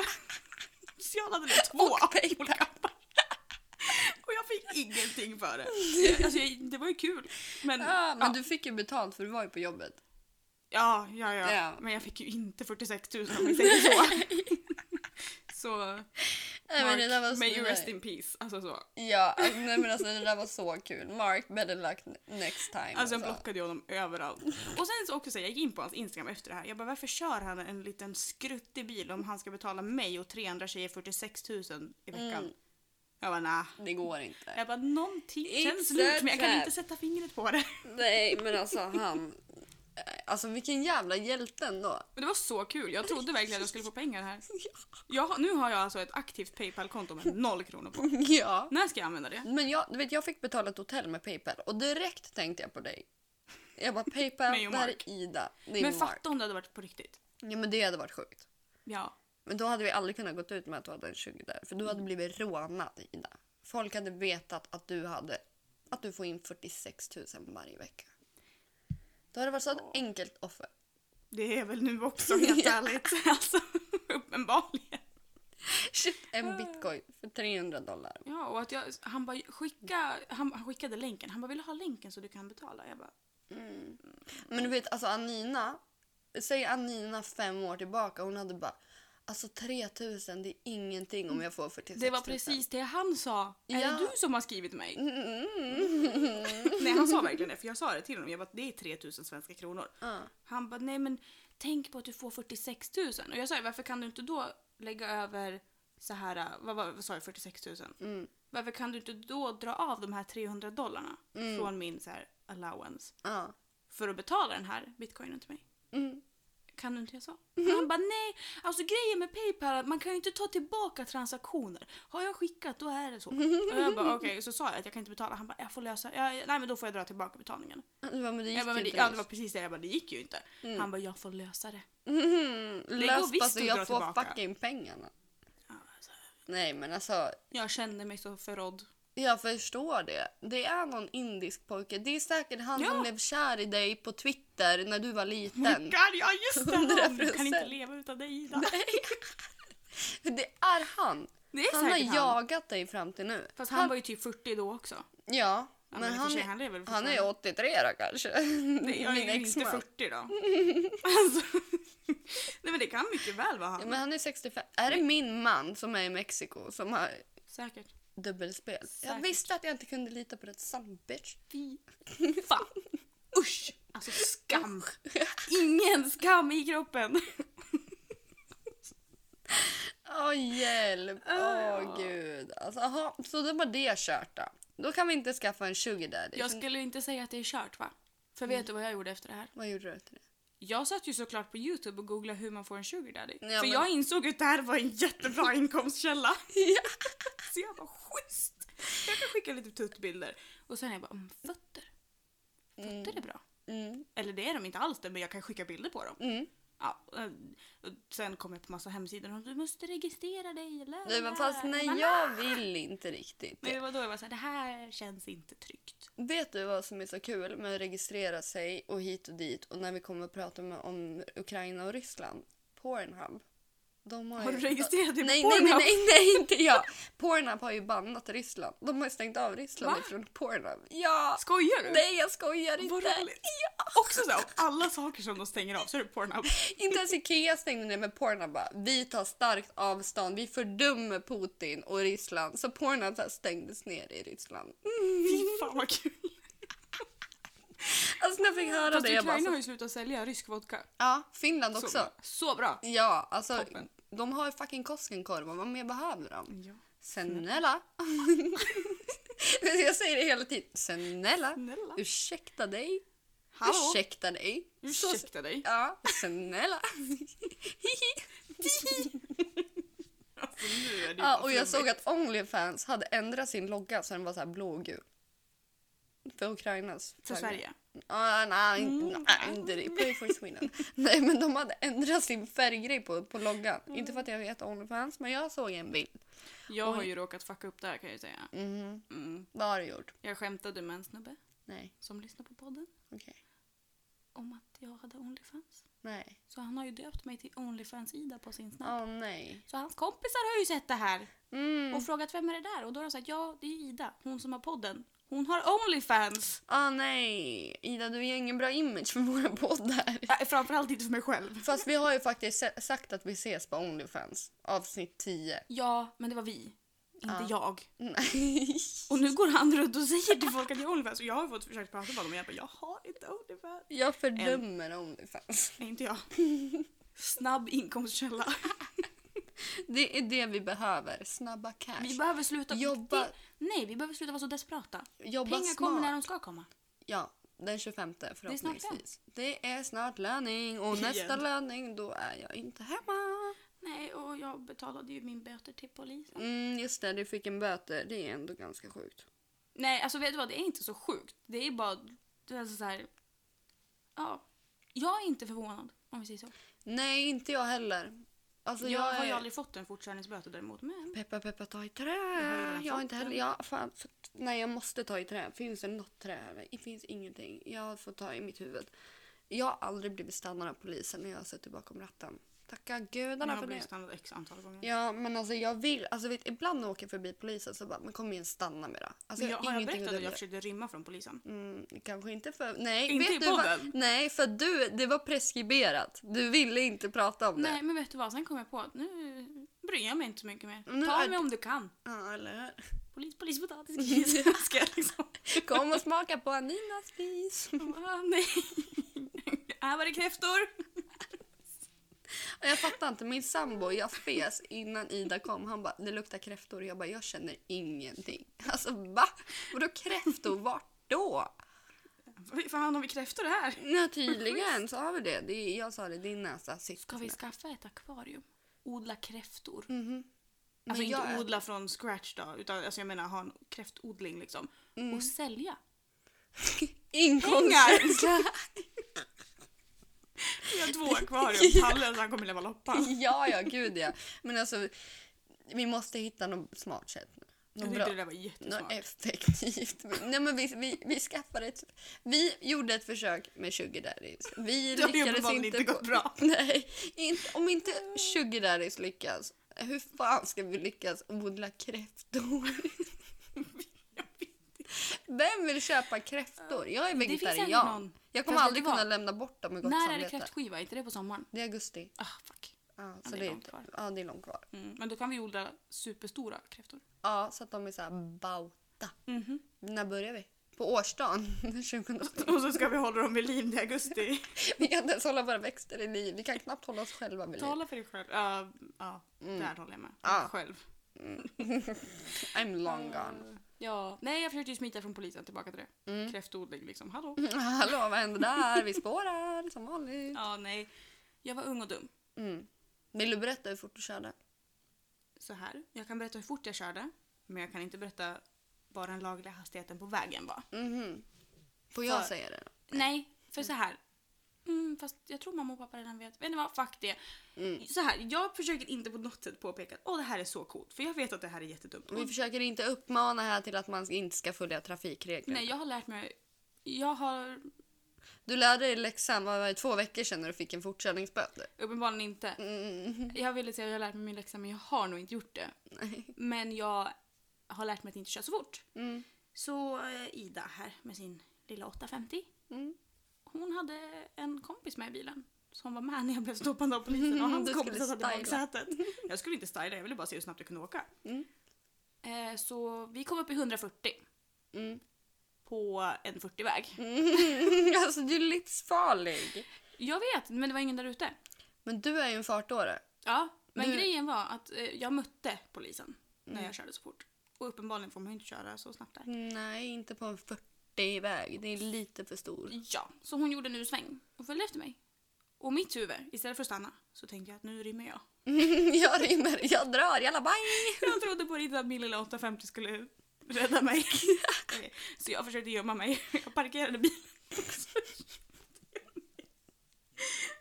Speaker 2: Så jag laddade ner två
Speaker 1: Och Paypal.
Speaker 2: olika appar. Och jag fick ingenting
Speaker 1: (laughs)
Speaker 2: för det. Alltså jag, det var ju kul. Men,
Speaker 1: Ja, men
Speaker 2: ja.
Speaker 1: du fick ju betalt för du var ju på jobbet.
Speaker 2: Ja, ja, ja,
Speaker 1: Ja.
Speaker 2: Men jag fick ju inte 46 000 om vi säger så. (laughs) så
Speaker 1: Nej, men det där var
Speaker 2: Mark,
Speaker 1: så-
Speaker 2: may
Speaker 1: det
Speaker 2: you
Speaker 1: där-
Speaker 2: rest in peace. Alltså så.
Speaker 1: Ja, nej, men alltså det där var så kul. Mark, better luck n- next time.
Speaker 2: Alltså jag blockade ju honom överallt. Och sen så också säga, jag gick in på hans Instagram efter det här. Jag bara varför kör han en liten skruttig bil om han ska betala mig och 300 tjejer 46 000 i veckan?
Speaker 1: Mm.
Speaker 2: Jag bara nah.
Speaker 1: Det går inte.
Speaker 2: Jag bara någonting
Speaker 1: It's
Speaker 2: känns
Speaker 1: a
Speaker 2: lurt men jag kan
Speaker 1: trap.
Speaker 2: inte sätta fingret på det. (laughs)
Speaker 1: Nej, men alltså han... Alltså vilken jävla hjälte (laughs) ändå.
Speaker 2: Men det var så kul. Jag trodde verkligen att jag skulle få pengar här. Jag, har- nu har jag alltså ett aktivt Paypal-konto med noll kronor på.
Speaker 1: Ja.
Speaker 2: När ska jag använda det?
Speaker 1: Men jag, du vet, jag fick betala ett hotell med Paypal och direkt tänkte jag på dig. Jag bara Paypal,
Speaker 2: Mig och
Speaker 1: där
Speaker 2: Mark.
Speaker 1: är Ida. Det är
Speaker 2: Men
Speaker 1: men Mark.
Speaker 2: fatta om det hade varit på riktigt.
Speaker 1: Ja, men det hade varit sjukt.
Speaker 2: Ja.
Speaker 1: Men då hade vi aldrig kunnat gått ut med att du hade en 20 där. För du hade blivit rånad Ida. Folk hade vetat att du hade att du får in 46 000 varje vecka. Då hade det varit så ett enkelt offer.
Speaker 2: Det är väl nu också helt ärligt. (laughs) Alltså uppenbarligen.
Speaker 1: Shit, en bitcoin för 300 dollar.
Speaker 2: Ja, och att jag, han bara skicka, han, han skickade länken. Han bara vill du ha länken så du kan betala? Jag bara
Speaker 1: Men du vet, alltså Anina, säg Anina fem år tillbaka, hon hade bara Alltså 3000 det är ingenting om jag får 46 000.
Speaker 2: det var precis det han sa. Är
Speaker 1: Ja.
Speaker 2: det du som har skrivit mig?
Speaker 1: Mm.
Speaker 2: (laughs) Nej han sa verkligen det för jag sa det till honom. Jag bara det är 3000 svenska kronor.
Speaker 1: Ja.
Speaker 2: Han bara nej men tänk på att du får 46 000. Och jag sa ju varför kan du inte då lägga över så här, äh, vad, vad, vad sa jag, 46 000?
Speaker 1: Mm.
Speaker 2: Varför kan du inte då dra av de här 300 dollarna
Speaker 1: Mm.
Speaker 2: från min så här allowance?
Speaker 1: Ja.
Speaker 2: för att betala den här bitcoinen till mig.
Speaker 1: Mm.
Speaker 2: Kan du inte jag så?
Speaker 1: Mhm.
Speaker 2: Han bara nej, alltså grejen med Paypal är att man kan ju inte ta tillbaka transaktioner. Har jag skickat då är det så. Och jag bara okej, så sa jag att jag kan inte betala. Han bara jag får lösa, jag, nej men då får jag dra tillbaka betalningen.
Speaker 1: Du bara, men det gick
Speaker 2: Jag bara,
Speaker 1: ju
Speaker 2: men det,
Speaker 1: inte.
Speaker 2: ja det
Speaker 1: nyss.
Speaker 2: var precis det, jag bara det gick ju inte.
Speaker 1: Mm.
Speaker 2: Han bara jag får lösa det.
Speaker 1: Mhm. Lös
Speaker 2: visst
Speaker 1: bara
Speaker 2: att
Speaker 1: så
Speaker 2: dra
Speaker 1: jag får
Speaker 2: tillbaka.
Speaker 1: fucking pengarna.
Speaker 2: Ja, alltså,
Speaker 1: Nej men alltså,
Speaker 2: Jag kände mig så förrådd.
Speaker 1: jag förstår det. Det är någon indisk pojke. Det är säkert han
Speaker 2: Ja. Oh
Speaker 1: som blev kär i dig på Twitter när du var liten. (laughs)
Speaker 2: God, ja just det! han! Du kan
Speaker 1: 100%.
Speaker 2: inte leva utan dig Ida.
Speaker 1: det är han.
Speaker 2: Det är
Speaker 1: han har
Speaker 2: säkert han.
Speaker 1: jagat dig fram till nu.
Speaker 2: Fast han var ju typ 40 då också.
Speaker 1: Ja,
Speaker 2: Ja,
Speaker 1: men
Speaker 2: men i och för
Speaker 1: han,
Speaker 2: sig,
Speaker 1: är-
Speaker 2: han lever väl
Speaker 1: han är ju 83 då
Speaker 2: (laughs)
Speaker 1: kanske.
Speaker 2: Nej, jag
Speaker 1: Min
Speaker 2: är ju inte
Speaker 1: exman.
Speaker 2: 40
Speaker 1: (laughs)
Speaker 2: då. Alltså, (laughs) nej men det kan mycket väl vara han.
Speaker 1: Ja, men han är 65. Är det min man som är i Mexiko som har
Speaker 2: Säkert.
Speaker 1: dubbelspel? Jag
Speaker 2: Säkert.
Speaker 1: visste att jag inte kunde lita på det. Son bitch.
Speaker 2: Fy (laughs) fan. Usch! Alltså (laughs) skam. Ingen skam i kroppen.
Speaker 1: Åh hjälp! Åh
Speaker 2: Ja.
Speaker 1: gud. Alltså, aha, så det var det kört då. Då kan vi inte skaffa en sugar daddy.
Speaker 2: Jag skulle inte säga att det är kört va? För
Speaker 1: Mm.
Speaker 2: vet du vad jag gjorde efter det här?
Speaker 1: Vad gjorde du
Speaker 2: (laughs)
Speaker 1: till det?
Speaker 2: Jag satt ju såklart på Youtube och googlade hur man får en sugar daddy.
Speaker 1: Ja,
Speaker 2: för
Speaker 1: men-
Speaker 2: jag insåg att det här var en jättebra (laughs) inkomstkälla.
Speaker 1: Ja.
Speaker 2: Så jag bara schysst! Jag kan skicka lite tuttbilder. Och sen är jag bara, mm, fötter. Fötter är bra.
Speaker 1: Mm,
Speaker 2: Eller det är de inte alls det, men jag kan skicka bilder på dem.
Speaker 1: mm.
Speaker 2: Ja, eh, och sen kom jag på massa hemsidor och du måste registrera dig. la,
Speaker 1: Nej, men
Speaker 2: la,
Speaker 1: fast nej,
Speaker 2: la, la."
Speaker 1: jag vill inte riktigt
Speaker 2: Men
Speaker 1: det.
Speaker 2: det var då jag var såhär, det här känns inte tryggt.
Speaker 1: Vet du vad som är så kul med att registrera sig och hit och dit och när vi kommer att prata med, om Ukraina och Ryssland? Pornhub. De har,
Speaker 2: Har
Speaker 1: ju-
Speaker 2: du registrerat dig på
Speaker 1: nej,
Speaker 2: Pornhub?
Speaker 1: Nej, nej, nej, inte jag. Pornhub har ju bannat Ryssland. De har ju stängt av Ryssland
Speaker 2: Va?
Speaker 1: ifrån Pornhub. Ja!
Speaker 2: Skojar du?
Speaker 1: Nej, jag skojar
Speaker 2: Vad
Speaker 1: inte.
Speaker 2: roligt. Också så här, av alla saker som de stänger av så är det Pornhub.
Speaker 1: Inte ens Ikea stängde ner med Pornhub bara, vi tar starkt avstånd, vi fördömer Putin och Ryssland. Så Pornhub så här stängdes ner i Ryssland.
Speaker 2: Fy fan vad kul.
Speaker 1: Alltså när jag fick höra
Speaker 2: Fast
Speaker 1: det jag bara...
Speaker 2: Ukraina har
Speaker 1: Så,
Speaker 2: ju slutat sälja rysk vodka.
Speaker 1: ja, Finland
Speaker 2: Så
Speaker 1: också.
Speaker 2: bra. Så bra.
Speaker 1: Ja, alltså
Speaker 2: Toppen.
Speaker 1: de har ju fucking Koskenkorva, vad mer behöver de?
Speaker 2: Ja.
Speaker 1: Snälla! Men (laughs) jag säger det hela tiden, snälla!
Speaker 2: Snälla.
Speaker 1: Ursäkta dig!
Speaker 2: Hallå?
Speaker 1: Ursäkta dig! Så-
Speaker 2: Ursäkta dig.
Speaker 1: Ja, snälla!
Speaker 2: (laughs) Alltså, nu är det ju
Speaker 1: Ja,
Speaker 2: bara
Speaker 1: och jag
Speaker 2: flummigt.
Speaker 1: såg att Onlyfans hade ändrat sin logga så den var så här blå och gul. För Ukrainas
Speaker 2: För
Speaker 1: flagga.
Speaker 2: Sverige.
Speaker 1: Ja, nej, inte-
Speaker 2: Mm.
Speaker 1: nej, inte det. Pray for Sweden. (laughs) nej, men de hade ändrat sin färggrej på, på loggan. Inte för att jag vet Onlyfans, men jag såg en bild.
Speaker 2: Jag har
Speaker 1: Oj.
Speaker 2: ju råkat fucka upp där kan jag ju säga.
Speaker 1: Mhm.
Speaker 2: Mm.
Speaker 1: Vad har du gjort?
Speaker 2: Jag skämtade med en snubbe
Speaker 1: Nej,
Speaker 2: som lyssnar på podden
Speaker 1: okej.
Speaker 2: om att jag hade Onlyfans.
Speaker 1: Nej.
Speaker 2: Så han har ju döpt mig till Onlyfans-Ida på sin snap.
Speaker 1: Åh nej.
Speaker 2: Så hans kompisar har ju sett det här
Speaker 1: Mm.
Speaker 2: och frågat vem är det där? Och då har de sagt ja, det är Ida, hon som har podden. Hon har Onlyfans!
Speaker 1: Åh nej. Ida, du ger ingen bra image för våra poddar. (laughs)
Speaker 2: Äh, framförallt inte för mig själv.
Speaker 1: Fast vi har ju faktiskt se- sagt att vi ses på Onlyfans. Avsnitt 10.
Speaker 2: Ja, men det var vi. Inte
Speaker 1: Ja.
Speaker 2: jag.
Speaker 1: Nej. (laughs)
Speaker 2: Och nu går han runt och säger till folk att jag har Onlyfans. Och jag har fått försökt prata med honom och jag bara, jag har inte Onlyfans.
Speaker 1: Jag fördömer Onlyfans.
Speaker 2: Nej, inte jag. Snabb inkomstkälla.
Speaker 1: Det är det vi behöver. Snabba cash.
Speaker 2: Vi behöver sluta...
Speaker 1: Jobba-
Speaker 2: Vi, nej, vi behöver sluta vara så desperata.
Speaker 1: Jobba
Speaker 2: Pengar
Speaker 1: smart.
Speaker 2: kommer när de ska komma.
Speaker 1: Ja, den 25
Speaker 2: är snart
Speaker 1: förhoppningsvis. Det är snart löning och
Speaker 2: (laughs) Igen.
Speaker 1: nästa löning då är jag inte hemma.
Speaker 2: Nej, och jag betalade ju min böter till polisen.
Speaker 1: Mm, just det, du fick en böter. Det är ändå ganska sjukt.
Speaker 2: Nej, alltså vet du vad? Det är inte så sjukt. Det är bara... Det är alltså så här... Ja. Jag är inte förvånad, om vi säger så.
Speaker 1: Nej, inte jag heller. Alltså,
Speaker 2: jag
Speaker 1: jag,
Speaker 2: har ju
Speaker 1: är...
Speaker 2: aldrig fått en fortkörningsböter däremot, men...
Speaker 1: Peppa, peppa, ta i
Speaker 2: har ju
Speaker 1: trä.
Speaker 2: redan
Speaker 1: Jag har
Speaker 2: fått
Speaker 1: inte heller...
Speaker 2: den.
Speaker 1: Ja, fan, för... Nej, jag måste ta i trä. Finns det något trä här? Det finns ingenting. Jag får ta i mitt huvud. Jag har aldrig blivit stannad av polisen när jag har suttit bakom ratten. Tacka
Speaker 2: Jag
Speaker 1: gudarna
Speaker 2: har
Speaker 1: för det.
Speaker 2: blivit stannad x antal gånger.
Speaker 1: Ja, men alltså jag vill... Alltså vet, ibland när jag åker förbi polisen så bara, men kom igen, stanna med det. Alltså,
Speaker 2: Men jag, har jag
Speaker 1: ingenting
Speaker 2: berättat
Speaker 1: att
Speaker 2: att jag
Speaker 1: dölja.
Speaker 2: försökte rymma från polisen?
Speaker 1: Mm, kanske inte för... Nej,
Speaker 2: Inte i
Speaker 1: vet du vad?
Speaker 2: podden.
Speaker 1: Nej, för du, det var preskriberat. Du ville inte prata om
Speaker 2: Nej, men vet du vad? Sen kom jag på att nu bryr jag mig inte så mycket mer.
Speaker 1: Nu
Speaker 2: Ta
Speaker 1: är
Speaker 2: mig om du kan.
Speaker 1: det. Ja, eller
Speaker 2: Polis, polis,
Speaker 1: (laughs)
Speaker 2: potatis, (laughs) gris. Ska jag liksom...
Speaker 1: Kom och smaka (laughs) på Aninas fis.
Speaker 2: Ah, nej. (laughs) Här var det kräftor.
Speaker 1: Och jag fattar inte, min sambo, jag fes innan Ida kom. Han bara, det luktar kräftor. Jag bara, jag känner ingenting. Alltså va? Vadå kräftor? Vart då?
Speaker 2: Vad fan har vi kräftor här?
Speaker 1: Nej, tydligen så har vi det. det är, jag sa det, din näsa sitter
Speaker 2: Ska vi
Speaker 1: snett.
Speaker 2: skaffa ett akvarium? Odla kräftor?
Speaker 1: Mhm.
Speaker 2: Alltså
Speaker 1: Men
Speaker 2: inte
Speaker 1: jag-
Speaker 2: odla från scratch då, utan alltså jag menar ha en kräftodling liksom.
Speaker 1: Mm.
Speaker 2: Och sälja.
Speaker 1: Inkomstkänsla.
Speaker 2: (laughs)
Speaker 1: (laughs)
Speaker 2: Vi har två akvarium, Palle han kommer leva loppan.
Speaker 1: ja, ja, gud ja. Men alltså, vi måste hitta något smart sätt.
Speaker 2: Jag
Speaker 1: Något
Speaker 2: tyckte
Speaker 1: bra.
Speaker 2: det där var
Speaker 1: Något
Speaker 2: jättesmart.
Speaker 1: effektivt. (laughs) Nej, men vi, vi, vi skaffade ett... Vi gjorde ett försök med sugar daddies. Vi
Speaker 2: Det har ju
Speaker 1: lyckades
Speaker 2: uppenbarligen
Speaker 1: inte...
Speaker 2: inte gått
Speaker 1: på-
Speaker 2: bra.
Speaker 1: (laughs) Nej, inte, om inte sugar daddies lyckas, hur fan ska vi lyckas odla kräftor?
Speaker 2: (laughs)
Speaker 1: Vem vill köpa kräftor? Jag är
Speaker 2: Det finns säkert
Speaker 1: vegetarian.
Speaker 2: någon.
Speaker 1: Jag kommer
Speaker 2: Fast vet
Speaker 1: aldrig
Speaker 2: du vad?
Speaker 1: kunna lämna bort dem med gott
Speaker 2: När är det
Speaker 1: samvete.
Speaker 2: kräftskiva? Är inte det på sommaren?
Speaker 1: Det är augusti.
Speaker 2: Ah, fuck.
Speaker 1: Ja,
Speaker 2: Ja,
Speaker 1: så
Speaker 2: det är
Speaker 1: det är
Speaker 2: långt
Speaker 1: inte-
Speaker 2: kvar.
Speaker 1: Ja, det är långt kvar.
Speaker 2: Mm. Men då kan vi odla superstora kräftor.
Speaker 1: Ja, så att de är så här bauta.
Speaker 2: Mhm.
Speaker 1: När börjar vi? På årsdagen 2012.
Speaker 2: (laughs) Och så ska vi hålla dem vid liv i augusti.
Speaker 1: (laughs) Vi kan inte ens hålla våra växter i liv. Vi kan knappt hålla oss själva vid liv.
Speaker 2: Tala för dig själv. Ja, ja, där håller jag med.
Speaker 1: Mm. Ja.
Speaker 2: Själv. Eh,
Speaker 1: I'm long gone. (laughs)
Speaker 2: Ja. Nej, jag försökte ju smita från polisen tillbaka till det.
Speaker 1: Mm.
Speaker 2: Kräftodling liksom. Hallå?
Speaker 1: Hallå, vad hände där? Vi spårar som vanligt.
Speaker 2: Ja, nej. Jag var ung och dum.
Speaker 1: Mm. Vill du berätta hur fort du körde?
Speaker 2: Så här. Jag kan berätta hur fort jag körde. Men jag kan inte berätta vad den lagliga hastigheten på vägen var.
Speaker 1: Mhm. Mm-hmm. Får jag
Speaker 2: För-
Speaker 1: säga det? då?
Speaker 2: Nej, för så här. Mm, fast jag tror mamma och pappa redan vet. Vet ni vad? Fuck det.
Speaker 1: Mm.
Speaker 2: Så här, jag försöker inte på något sätt påpeka att åh det här är så coolt. För jag vet att det här är jättedumt.
Speaker 1: Vi försöker inte uppmana här till att man inte ska följa trafikregler.
Speaker 2: Nej, jag har lärt mig. Jag har
Speaker 1: Du lärde dig läxan vad var det, två veckor sedan när du fick en fortkörningsböter.
Speaker 2: uppenbarligen inte.
Speaker 1: Mm. (laughs)
Speaker 2: Jag ville säga att jag har lärt mig min läxa men jag har nog inte gjort det. Men jag har lärt mig att inte köra så fort.
Speaker 1: Mm.
Speaker 2: Så eh, Ida här med sin lilla 850.
Speaker 1: Mm.
Speaker 2: Hon hade en kompis med i bilen. Som var med när jag blev stoppad av polisen och hans
Speaker 1: Mm, Du
Speaker 2: kompis
Speaker 1: skulle
Speaker 2: satt i
Speaker 1: styla.
Speaker 2: baksätet. Jag skulle inte styla, jag ville bara se hur snabbt jag kunde åka.
Speaker 1: Mm.
Speaker 2: Eh, Så vi kom upp i 140
Speaker 1: Mm.
Speaker 2: på en 40-väg. (laughs)
Speaker 1: Alltså du är livsfarlig.
Speaker 2: Jag vet, men det var ingen där ute.
Speaker 1: Men du är ju en fartåre.
Speaker 2: Ja, men
Speaker 1: Du-
Speaker 2: grejen var att eh, jag mötte polisen
Speaker 1: Mm.
Speaker 2: när jag körde så fort. Och uppenbarligen får man ju inte köra så snabbt där.
Speaker 1: Nej, inte på en 40-väg. Det är lite för stor.
Speaker 2: Ja, så hon gjorde en U-sväng och följde efter mig. Och mitt huvud, istället för att stanna, så tänkte jag att nu rymmer jag.
Speaker 1: (laughs)
Speaker 2: Mm.
Speaker 1: jag rymmer, jag drar, jalla bang!
Speaker 2: Jag trodde på riktigt att min lilla 850 skulle rädda mig. Okej, Så jag försökte gömma mig. Jag parkerade bilen.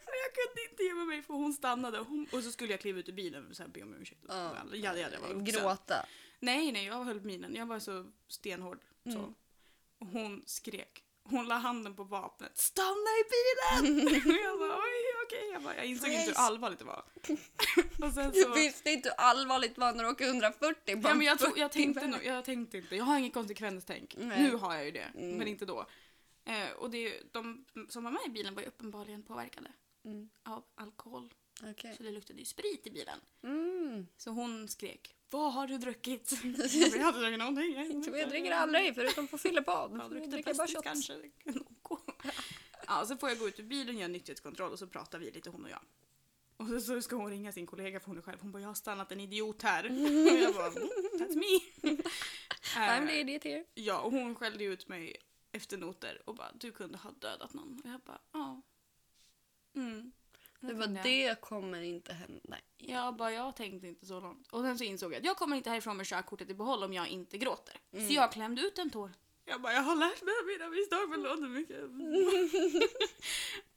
Speaker 2: Men jag kunde inte gömma mig för hon stannade. Hon, och så skulle jag kliva ut ur bilen och så här be om ursäkt. Ja, ja, ja, det var vuxen.
Speaker 1: Gråta.
Speaker 2: Nej, nej, jag höll minen. Jag var så stenhård. Så. Och hon skrek. Hon la handen på vapnet. Stanna i bilen! och jag bara, oj, okej. Jag, bara, jag insåg inte hur
Speaker 1: Please.
Speaker 2: allvarligt det var. och sen
Speaker 1: Du (laughs)
Speaker 2: så...
Speaker 1: visste inte hur allvarligt det var när du åker 140 på
Speaker 2: Alltså- Ja,
Speaker 1: en
Speaker 2: men jag, tror-
Speaker 1: 40
Speaker 2: jag, tänkte
Speaker 1: väg.
Speaker 2: nog, jag tänkte inte. Jag har inget konsekvenstänk.
Speaker 1: Nej.
Speaker 2: Nu har jag ju det,
Speaker 1: Mm.
Speaker 2: men inte då. Eh, och det, de som var med i bilen var ju uppenbarligen påverkade
Speaker 1: Mm,
Speaker 2: av alkohol.
Speaker 1: okej.
Speaker 2: Så det luktade ju sprit i bilen.
Speaker 1: Mm.
Speaker 2: Så hon skrek Vad har
Speaker 1: (laughs)
Speaker 2: du druckit? jag bara, "Jag har inte druckit någonting. Jag,
Speaker 1: Inte- Jag dricker aldrig förutom på fyllepodd.
Speaker 2: Mm. Ja,
Speaker 1: Jag
Speaker 2: druckit
Speaker 1: dricker bara
Speaker 2: plastik
Speaker 1: shots.
Speaker 2: kanske. (laughs) Något. ja, så får jag gå ut ur bilen, göra nykterhetskontroll och så pratar vi lite hon och jag. Och så, så ska hon ringa sin kollega för hon är själv. Hon bara jag har stannat en idiot här. (laughs) Och jag bara "Mm, that's me.
Speaker 1: (laughs) I'm
Speaker 2: Eh,
Speaker 1: the idiot here.
Speaker 2: ja, och hon skällde ut mig efter noter och bara du kunde ha dödat någon. Och jag bara ja. Mm.
Speaker 1: Det, var,
Speaker 2: kunde jag.
Speaker 1: det kommer inte hända.
Speaker 2: Jag bara, jag tänkte inte så långt. Och sen så insåg jag att jag kommer inte härifrån med körkortet i behåll om jag inte gråter.
Speaker 1: Mm.
Speaker 2: Så jag klämde ut en tår. Jag bara, jag har lärt mig av mina misstag, förlåt så mycket. (laughs)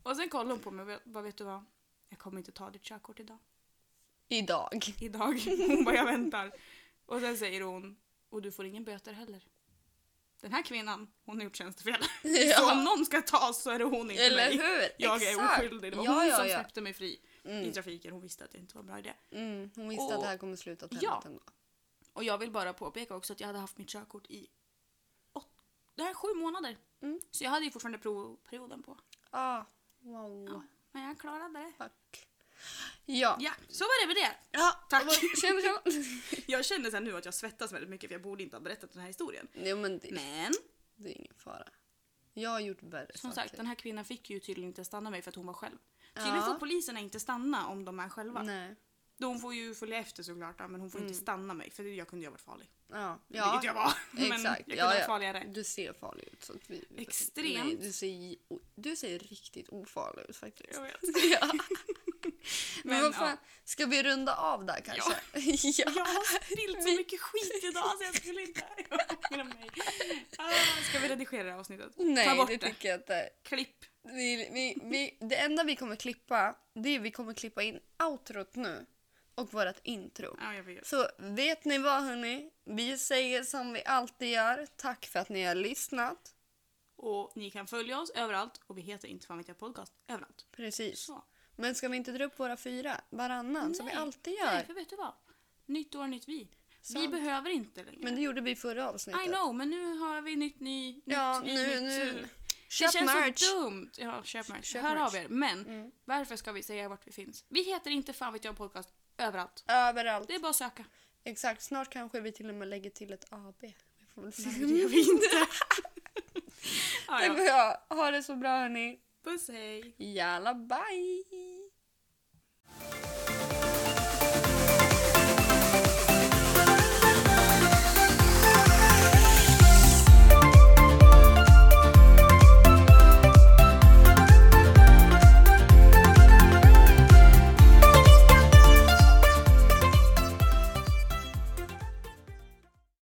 Speaker 2: och sen kollade hon på mig och bara, vet du vad? Jag kommer inte ta ditt körkort idag.
Speaker 1: Idag.
Speaker 2: Idag. (laughs) Hon bara, jag väntar. Och sen säger hon, och du får ingen böter heller. Den här kvinnan, hon har gjort tjänstefel. Så om
Speaker 1: (laughs) Ja.
Speaker 2: någon ska tas så är det hon, inte
Speaker 1: Eller
Speaker 2: mig.
Speaker 1: hur?
Speaker 2: Jag
Speaker 1: Exakt.
Speaker 2: är oskyldig. Det var
Speaker 1: ja,
Speaker 2: hon
Speaker 1: ja,
Speaker 2: som
Speaker 1: ja.
Speaker 2: släppte mig fri i
Speaker 1: Mm.
Speaker 2: trafiken. Hon visste att det inte var en bra idé.
Speaker 1: Mm. Hon visste att
Speaker 2: Och-
Speaker 1: det här kommer sluta åt
Speaker 2: Ja.
Speaker 1: helvete ändå.
Speaker 2: Och jag vill bara påpeka också att jag hade haft mitt körkort i åt, det här är sju månader.
Speaker 1: Mm.
Speaker 2: Så jag hade ju fortfarande provperioden på.
Speaker 1: Ah. Wow.
Speaker 2: Ja. Men jag klarade det.
Speaker 1: Fuck. Ja.
Speaker 2: Ja, så var det med det.
Speaker 1: ja.
Speaker 2: Tack. (laughs)
Speaker 1: (laughs) Tjena, tjena.
Speaker 2: Jag känner sen nu att jag svettas väldigt mycket för jag borde inte ha berättat den här historien.
Speaker 1: Jo, men det,
Speaker 2: Men
Speaker 1: det är ingen fara. Jag har gjort värre
Speaker 2: som sagt,
Speaker 1: saker.
Speaker 2: den här kvinnan fick ju tydligen inte stanna mig för att hon var själv. Tydligen
Speaker 1: Ja.
Speaker 2: får poliserna inte stanna om de är själva.
Speaker 1: Nej. Mm.
Speaker 2: De får ju följa efter såklart, ja, men hon får inte stanna mig för jag kunde ju ha varit farlig.
Speaker 1: Ja.
Speaker 2: Vilket jag var. (laughs) Men jag
Speaker 1: Exakt.
Speaker 2: kunde
Speaker 1: Ja,
Speaker 2: ha varit
Speaker 1: ja.
Speaker 2: farligare.
Speaker 1: Du ser farlig ut. Så att vi,
Speaker 2: Extremt.
Speaker 1: Nej, du, ser, du ser riktigt ofarlig ut faktiskt.
Speaker 2: Jag vet.
Speaker 1: (laughs)
Speaker 2: (laughs)
Speaker 1: Ja. Men,
Speaker 2: Men,
Speaker 1: vad
Speaker 2: ja.
Speaker 1: fan, ska vi runda av där kanske? (laughs) Ja.
Speaker 2: Jag har spillt så mycket skit idag så jag skulle inte... (laughs) Jag ångrar mig. Ah, ska vi redigera det här avsnittet? Ta
Speaker 1: Nej,
Speaker 2: bort
Speaker 1: det
Speaker 2: det.
Speaker 1: tycker jag inte.
Speaker 2: Klipp.
Speaker 1: Vi, vi, vi, det enda vi kommer klippa, det är vi kommer klippa in outrot nu och vårt intro.
Speaker 2: Ja, jag vet.
Speaker 1: Så vet ni vad hörni? Vi säger som vi alltid gör. Tack för att ni har lyssnat.
Speaker 2: Och ni kan följa oss överallt och vi heter inte fan vet jag podcast överallt.
Speaker 1: Precis.
Speaker 2: Så.
Speaker 1: Men ska vi inte dra upp våra fyra varannan som vi
Speaker 2: Nej,
Speaker 1: alltid
Speaker 2: Nej,
Speaker 1: gör?
Speaker 2: för vet du vad? Nytt år, nytt vi. Vi
Speaker 1: Sant.
Speaker 2: behöver inte längre.
Speaker 1: Men det gjorde vi i förra
Speaker 2: I
Speaker 1: avsnittet.
Speaker 2: know, men nu har vi nytt, ny, nytt,
Speaker 1: Ja,
Speaker 2: ny,
Speaker 1: nu,
Speaker 2: nytt,
Speaker 1: nu.
Speaker 2: tur. Det
Speaker 1: Köp
Speaker 2: känns
Speaker 1: merch.
Speaker 2: så dumt. Ja, köp merch.
Speaker 1: Köp
Speaker 2: Hör
Speaker 1: merch. Mm.
Speaker 2: av er. Men varför ska vi säga vart vi finns? Vi heter inte fan vet jag podcast överallt.
Speaker 1: Överallt.
Speaker 2: Det är bara att söka.
Speaker 1: Exakt, snart kanske vi till och med lägger till ett AB. Vi får väl se.
Speaker 2: Det gör vi inte. ah,
Speaker 1: Tack
Speaker 2: (laughs) ja.
Speaker 1: (laughs) för idag. Ha det så bra hörni.
Speaker 2: Puss hej.
Speaker 1: Jalla bye!